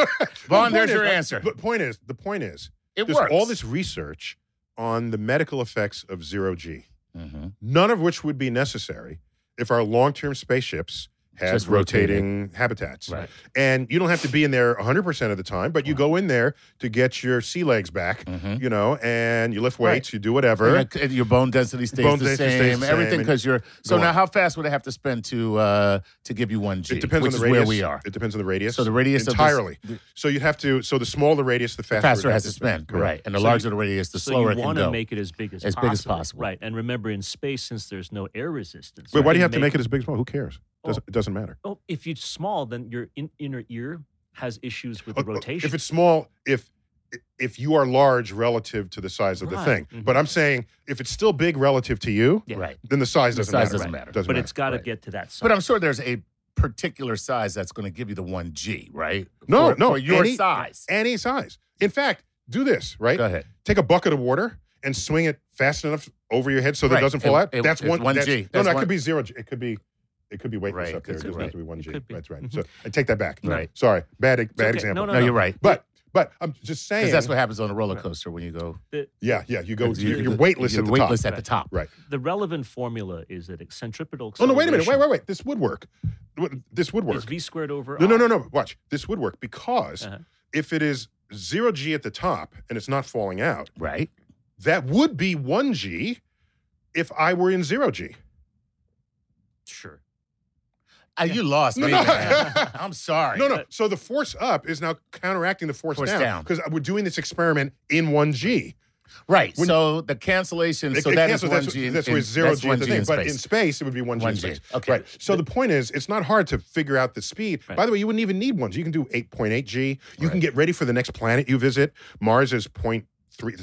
Speaker 4: Vaughn, there's your answer.
Speaker 2: But point is, the point is,
Speaker 4: It
Speaker 2: there's
Speaker 4: works.
Speaker 2: all this research on the medical effects of zero G,
Speaker 4: Mhm.
Speaker 2: none of which would be necessary if our long term spaceships had
Speaker 4: Just
Speaker 2: rotating habitats.
Speaker 4: Right.
Speaker 2: And you don't have to be in there 100% of the time, but you go in there to get your sea legs back,
Speaker 4: Mhm.
Speaker 2: you know, and you lift
Speaker 4: Right.
Speaker 2: weights, you do whatever.
Speaker 4: And that- and your bone density stays
Speaker 2: Bone
Speaker 4: the
Speaker 2: density
Speaker 4: same.
Speaker 2: stays the same
Speaker 4: Everything
Speaker 2: and
Speaker 4: because you're. So
Speaker 2: go
Speaker 4: now,
Speaker 2: on.
Speaker 4: how fast would I have to spend to uh, to give you one G?
Speaker 2: It depends
Speaker 4: which
Speaker 2: on
Speaker 4: is
Speaker 2: the radius.
Speaker 4: where we are.
Speaker 2: It depends on the radius.
Speaker 4: So the radius of this-
Speaker 2: entirely. so you'd have to. So the smaller the radius, the faster.
Speaker 4: Faster
Speaker 2: it
Speaker 4: has to spin,
Speaker 2: Correct.
Speaker 4: right? And the
Speaker 3: So
Speaker 4: larger
Speaker 3: you-
Speaker 4: the radius, the
Speaker 3: so
Speaker 4: slower
Speaker 3: you
Speaker 4: it can
Speaker 3: want to
Speaker 4: go.
Speaker 3: make it as big as
Speaker 4: As
Speaker 3: possible.
Speaker 4: big as possible.
Speaker 3: Right. And remember, in space, since there's no air resistance.
Speaker 2: Wait,
Speaker 3: right,
Speaker 2: why do you have to make it as big as well? Who cares? Doesn't, it doesn't matter.
Speaker 3: Oh, if it's small, then your in, inner ear has issues with the
Speaker 2: Oh, oh,
Speaker 3: rotation.
Speaker 2: If it's small, if if you are large relative to the size of the
Speaker 3: Right.
Speaker 2: thing,
Speaker 4: Mm-hmm.
Speaker 2: but I'm saying if it's still big relative to you,
Speaker 3: Yeah.
Speaker 4: Right.
Speaker 2: then the size
Speaker 4: The
Speaker 2: doesn't
Speaker 4: size
Speaker 2: matter.
Speaker 4: doesn't matter.
Speaker 3: but it's got to
Speaker 4: right.
Speaker 3: get to that size.
Speaker 4: But I'm sure there's a particular size that's going to give you the one G, right?
Speaker 2: no,
Speaker 4: For-
Speaker 2: no,
Speaker 4: for your
Speaker 2: any-
Speaker 4: size.
Speaker 2: any size. In fact, do this right.
Speaker 4: Go ahead.
Speaker 2: Take a bucket of water and swing it fast enough over your head so that
Speaker 4: Right.
Speaker 2: it doesn't fall
Speaker 4: It-
Speaker 2: out.
Speaker 4: it-
Speaker 2: that's
Speaker 4: it's
Speaker 2: one.
Speaker 4: one
Speaker 2: that's, No,
Speaker 4: G. That's
Speaker 2: no, it
Speaker 4: one-
Speaker 2: could be zero. G. It could be. It could be weightless
Speaker 4: Right,
Speaker 2: up there.
Speaker 4: it
Speaker 2: It
Speaker 4: could
Speaker 2: doesn't
Speaker 4: be. Mm-hmm.
Speaker 2: have to be one G.
Speaker 3: could be.
Speaker 2: That's right.
Speaker 3: Mhm.
Speaker 2: So I take that back.
Speaker 4: Right.
Speaker 2: Sorry, bad e- bad
Speaker 3: okay.
Speaker 2: example.
Speaker 3: No,
Speaker 4: No, you're right.
Speaker 2: But but I'm just saying.
Speaker 4: Because that's what happens on a roller coaster when you go.
Speaker 2: yeah, yeah. You go. You're, you're
Speaker 4: the-
Speaker 2: weightless
Speaker 4: you're
Speaker 2: at the
Speaker 4: weightless
Speaker 2: top.
Speaker 4: at the top.
Speaker 2: Right.
Speaker 3: the relevant formula is that it's centripetal.
Speaker 2: Oh no! Wait a minute. Wait,
Speaker 3: acceleration
Speaker 2: wait, wait. This would work. W- This would work.
Speaker 3: Is v squared over?
Speaker 2: No, no,
Speaker 3: r.
Speaker 2: no, no. Watch. This would work because
Speaker 3: Uh-huh.
Speaker 2: if it is zero g at the top and it's not falling out,
Speaker 4: Right.
Speaker 2: that would be one g. If I were in zero g,
Speaker 3: Sure.
Speaker 4: Uh, you lost
Speaker 2: No,
Speaker 4: me.
Speaker 2: no.
Speaker 4: man. I'm sorry.
Speaker 2: no, no. So the force up is now counteracting the force,
Speaker 4: Force down.
Speaker 2: because we're doing this experiment in one g.
Speaker 4: Right.
Speaker 2: When-
Speaker 4: so the cancellation. so that is
Speaker 2: cancels.
Speaker 4: one
Speaker 2: that's,
Speaker 4: G. in-
Speaker 2: that's
Speaker 4: in-
Speaker 2: where zero
Speaker 4: that's
Speaker 2: g
Speaker 4: one
Speaker 2: is the
Speaker 4: G
Speaker 2: thing.
Speaker 4: in
Speaker 2: but
Speaker 4: space.
Speaker 2: in space, it would be one,
Speaker 4: One
Speaker 2: g.
Speaker 4: G.
Speaker 2: In space.
Speaker 4: Okay.
Speaker 2: Right. So the point is, it's not hard to figure out the speed. By the way, you wouldn't even need one g. You can do eight point eight g. You can get ready for the next planet you visit. Mars is point.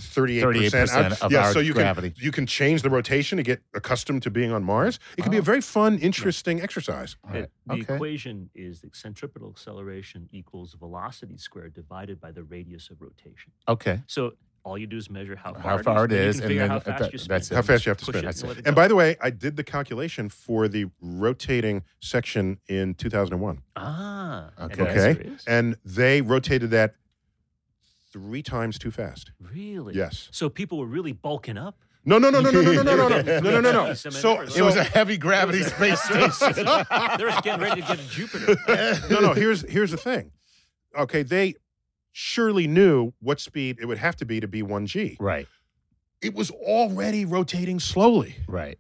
Speaker 2: 38 percent
Speaker 4: 38% of our
Speaker 2: so you
Speaker 4: gravity.
Speaker 2: Can, you can change the rotation to get accustomed to being on Mars. It could
Speaker 4: Oh.
Speaker 2: be a very fun, interesting exercise.
Speaker 4: All right.
Speaker 3: It- the
Speaker 4: Okay.
Speaker 3: equation is that centripetal acceleration equals velocity squared divided by the radius of rotation.
Speaker 4: Okay.
Speaker 3: So all you do is measure how far,
Speaker 4: How far it
Speaker 3: and you
Speaker 4: is,
Speaker 3: can
Speaker 4: and
Speaker 3: figure out
Speaker 4: then
Speaker 3: how
Speaker 4: if
Speaker 3: fast
Speaker 4: that-
Speaker 3: you
Speaker 4: that's
Speaker 3: spin.
Speaker 2: How fast you have to
Speaker 3: Push it
Speaker 2: spin.
Speaker 3: and let it
Speaker 2: And
Speaker 3: go.
Speaker 2: by the way, I did the calculation for the rotating section in 2001.
Speaker 3: ah, and
Speaker 4: Okay.
Speaker 3: the answer
Speaker 2: Okay.
Speaker 3: is-
Speaker 2: and they rotated that three times too fast.
Speaker 3: really?
Speaker 2: Yes.
Speaker 3: So people were really bulking up.
Speaker 2: No, no, no, no, no, no, no, no, no, no, no, no, no, no.
Speaker 3: Cement
Speaker 2: So,
Speaker 3: or
Speaker 4: it
Speaker 2: so
Speaker 4: was a heavy gravity space station.
Speaker 3: They're getting ready to get to Jupiter.
Speaker 2: no, no. Here's here's the thing. Okay, they surely knew what speed it would have to be to be one G.
Speaker 4: right,
Speaker 2: It was already rotating slowly.
Speaker 4: right.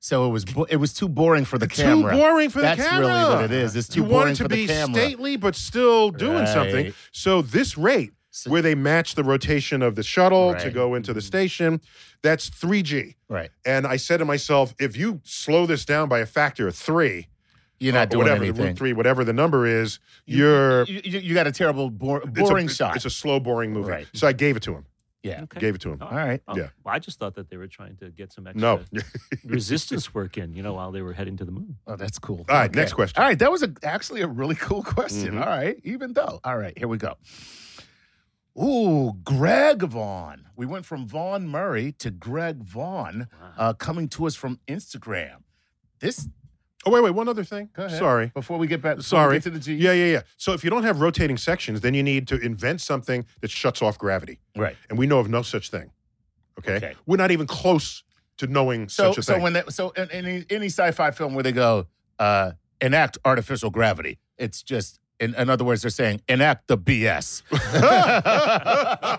Speaker 4: So it was bo- it was too boring for the
Speaker 2: Too
Speaker 4: camera.
Speaker 2: boring for
Speaker 4: That's
Speaker 2: the camera.
Speaker 4: really what it is. It's too
Speaker 2: you want
Speaker 4: boring
Speaker 2: it to
Speaker 4: for
Speaker 2: be
Speaker 4: the camera.
Speaker 2: stately but still doing something.
Speaker 4: Right.
Speaker 2: So this rate,
Speaker 4: So-
Speaker 2: where they match the rotation of the shuttle to
Speaker 4: Right.
Speaker 2: go into the station, that's three G.
Speaker 4: right.
Speaker 2: And I said to myself, if you slow this down by a factor of three,
Speaker 4: You're
Speaker 2: or
Speaker 4: not doing
Speaker 2: Oh, whatever the
Speaker 4: anything.
Speaker 2: root three, whatever the number is,
Speaker 4: You-
Speaker 2: you're
Speaker 4: you, you, you got a terrible bor-
Speaker 2: it's a-
Speaker 4: boring shot.
Speaker 2: It's a slow, boring movie.
Speaker 4: Right.
Speaker 2: So I gave it to him.
Speaker 4: yeah.
Speaker 3: Okay.
Speaker 2: Gave it to him.
Speaker 3: Oh,
Speaker 4: All right.
Speaker 3: oh.
Speaker 2: Yeah.
Speaker 3: Well, I just thought that they were trying to get some extra
Speaker 2: No.
Speaker 3: resistance work in, you know, while they were heading to the moon.
Speaker 4: Oh, that's cool.
Speaker 2: All right, next question.
Speaker 4: All right, that was a, actually a really cool question.
Speaker 2: Mhm.
Speaker 4: All right, even though. All right, here we go. Ooh, Greg Vaughn. We went from Vaughn Murray to Greg Vaughn,
Speaker 3: Wow.
Speaker 4: uh, coming to us from Instagram. This
Speaker 2: Oh wait, wait. One other thing.
Speaker 4: Go ahead.
Speaker 2: Sorry.
Speaker 4: before we get back. before we
Speaker 2: Sorry.
Speaker 4: get to the G.
Speaker 2: Yeah, yeah, yeah. So if you don't have rotating sections, then you need to invent something that shuts off gravity,
Speaker 4: Right.
Speaker 2: and we know of no such thing. Okay.
Speaker 4: Okay.
Speaker 2: We're not even close to knowing
Speaker 4: So
Speaker 2: such a
Speaker 4: so
Speaker 2: thing.
Speaker 4: when that so in, in any any sci-fi film where they go uh, enact artificial gravity, it's just in, in other words they're saying enact the BS.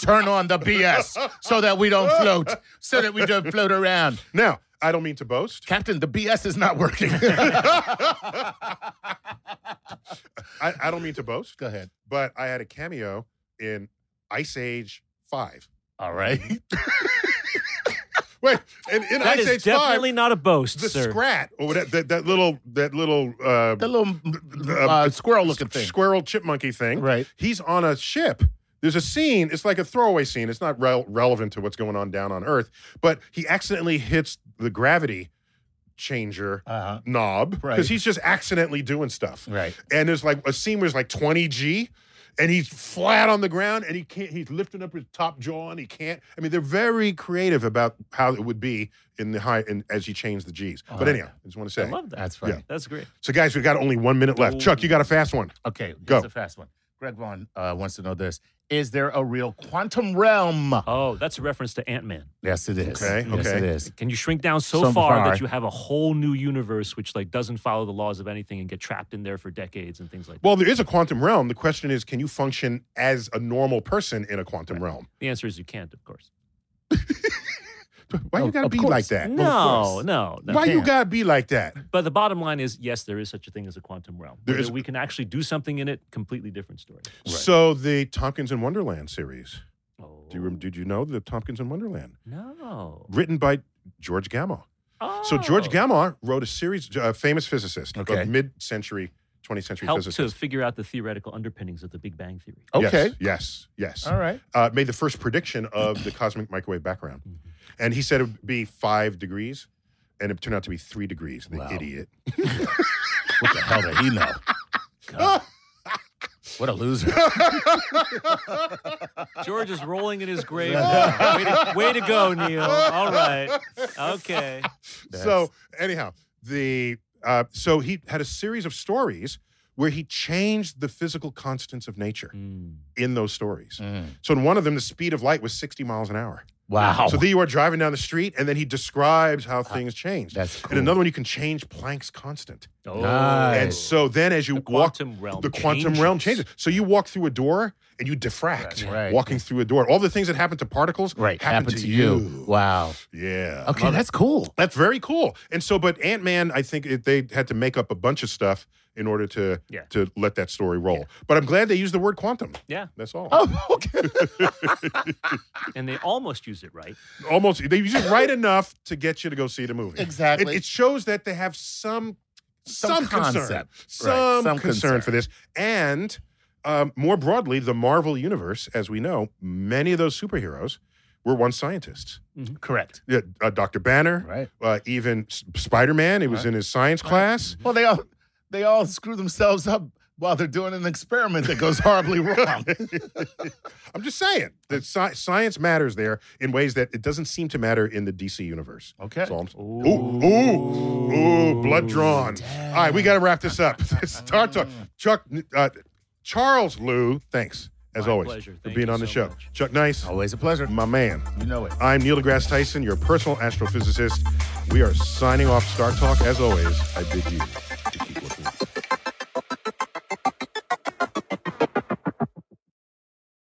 Speaker 4: Turn on the BS so that we don't float, so that we don't float around.
Speaker 2: now, I don't mean to boast.
Speaker 4: Captain, the BS is not working.
Speaker 2: I, I don't mean to boast,
Speaker 4: go ahead.
Speaker 2: but I had a cameo in Ice Age Five.
Speaker 4: All right.
Speaker 2: Wait, in, in Ice
Speaker 3: That is
Speaker 2: Age Five,
Speaker 3: definitely not a boast,
Speaker 2: the
Speaker 3: sir.
Speaker 2: Scrat or whatever that, that little that little uh,
Speaker 4: The little
Speaker 2: uh,
Speaker 4: uh, squirrel looking thing.
Speaker 2: squirrel chipmunky thing.
Speaker 4: Right.
Speaker 2: He's on a ship. There's a scene. It's like a throwaway scene. It's not rel- relevant to what's going on down on Earth, but he accidentally hits the gravity changer
Speaker 4: Uh-huh.
Speaker 2: knob because
Speaker 4: Right.
Speaker 2: he's just accidentally doing stuff.
Speaker 4: Right.
Speaker 2: And there's like a scene where it's like 20 G, and he's flat on the ground and he can't. He's lifting up his top jaw and he can't. I mean, they're very creative about how it would be in the high and as he changed the G's. but anyhow, I just want to
Speaker 3: I
Speaker 2: say.
Speaker 3: love that.
Speaker 4: That's funny.
Speaker 3: That's great.
Speaker 2: So, guys, we got only one minute left. Chuck, you got a fast one.
Speaker 4: Okay, here's
Speaker 2: Go.
Speaker 4: a fast one. Greg Vaughn uh, wants to know this. Is there a real quantum realm?
Speaker 3: Oh, that's a reference to Ant Man.
Speaker 4: Yes, it is.
Speaker 2: Okay,
Speaker 4: Yes,
Speaker 2: okay.
Speaker 4: it is.
Speaker 3: Can you shrink down so
Speaker 4: So
Speaker 3: far,
Speaker 4: far.
Speaker 3: that you have a whole new universe which like doesn't follow the laws of anything and get trapped in there for decades and things like that?
Speaker 2: Well, there is a quantum realm. The question is, can you function as a normal person in a quantum realm?
Speaker 3: The answer is you can't, of course.
Speaker 2: Why you
Speaker 4: Of-
Speaker 2: gotta
Speaker 4: of
Speaker 2: be
Speaker 4: course.
Speaker 2: like that?
Speaker 3: No, no, no.
Speaker 2: Why you
Speaker 4: can't.
Speaker 2: gotta be like that?
Speaker 3: But the bottom line is, yes, there is such a thing as a quantum realm.
Speaker 2: There
Speaker 3: Whether
Speaker 2: is-
Speaker 3: we can actually do something in it, completely different story.
Speaker 2: So the Tompkins and Wonderland series.
Speaker 3: Oh,
Speaker 2: Do you rem- did you know the Tompkins and Wonderland?
Speaker 3: No.
Speaker 2: Written by George Gamow.
Speaker 3: Oh.
Speaker 2: So George Gamow wrote a series, a famous physicist
Speaker 4: Okay.
Speaker 2: of mid-century, 20th century
Speaker 3: helped Oh. to
Speaker 2: physicist.
Speaker 3: figure out the theoretical underpinnings of the Big Bang theory.
Speaker 4: Okay.
Speaker 2: Yes. Yes. yes.
Speaker 4: All right.
Speaker 2: uh, made the first prediction of the cosmic microwave background.
Speaker 3: Mm-hmm.
Speaker 2: And he said it would be five degrees, and it turned out to be three degrees. The
Speaker 4: Wow.
Speaker 2: idiot.
Speaker 4: What the hell did he know? God. What a loser.
Speaker 3: George is rolling in his grave. now. way, to, way to go, Neil. All right. Okay.
Speaker 2: So, anyhow, the uh, so he had a series of stories where he changed the physical constants of nature
Speaker 3: Mm.
Speaker 2: in those stories.
Speaker 4: Mm.
Speaker 2: So, in one of them, the speed of light was 60 miles an hour.
Speaker 4: Wow.
Speaker 2: So, there you are driving down the street, and then he describes how things changed.
Speaker 4: Ah, That's
Speaker 2: And
Speaker 4: cool.
Speaker 2: another one, you can change Planck's constant.
Speaker 3: Oh.
Speaker 4: Nice.
Speaker 2: And so then as you
Speaker 3: The
Speaker 2: walk
Speaker 3: quantum realm
Speaker 2: the quantum realm changes. So you walk through a door and you diffract
Speaker 4: Right.
Speaker 2: walking through a door. All the things that happen to particles
Speaker 4: right.
Speaker 2: happen,
Speaker 4: Happened to, you. Wow.
Speaker 2: Yeah.
Speaker 4: Okay, that's cool.
Speaker 2: That's very cool. And so but Ant-Man I think it, they had to make up a bunch of stuff in order to
Speaker 3: Yeah.
Speaker 2: to let that story roll. But I'm glad they used the word quantum.
Speaker 3: Yeah.
Speaker 2: That's all.
Speaker 4: Oh, okay.
Speaker 3: And they almost use it right.
Speaker 2: Almost they used it right enough to get you to go see the movie. It,
Speaker 4: Exactly.
Speaker 2: it shows that they have some
Speaker 4: Some
Speaker 2: some, concern,
Speaker 4: concept. Right.
Speaker 2: some,
Speaker 4: Some concern.
Speaker 2: concern for this, and um, more broadly, the Marvel universe, as we know, many of those superheroes were once scientists.
Speaker 4: Correct.
Speaker 2: Yeah, uh, Doctor Banner,
Speaker 4: Right.
Speaker 2: uh, even Spider Man. It was in his science class.
Speaker 4: Well, they all they all screw themselves up while they're doing an experiment that goes horribly wrong.
Speaker 2: I'm just saying that sci- science matters there in ways that it doesn't seem to matter in the DC universe.
Speaker 4: Okay.
Speaker 2: So I'm, ooh, ooh, ooh, blood drawn. All right, we got to wrap this up. Star Talk. Chuck, uh, Charles Lou, thanks. as
Speaker 3: My
Speaker 2: always,
Speaker 3: pleasure.
Speaker 2: for
Speaker 3: Thank
Speaker 2: being
Speaker 3: you
Speaker 2: on the
Speaker 3: so
Speaker 2: show.
Speaker 3: much.
Speaker 2: Chuck Nice,
Speaker 4: Always a pleasure.
Speaker 2: my man.
Speaker 4: You know it.
Speaker 2: I'm Neil deGrasse Tyson, your personal astrophysicist. We are signing off Star Talk. As always, I bid you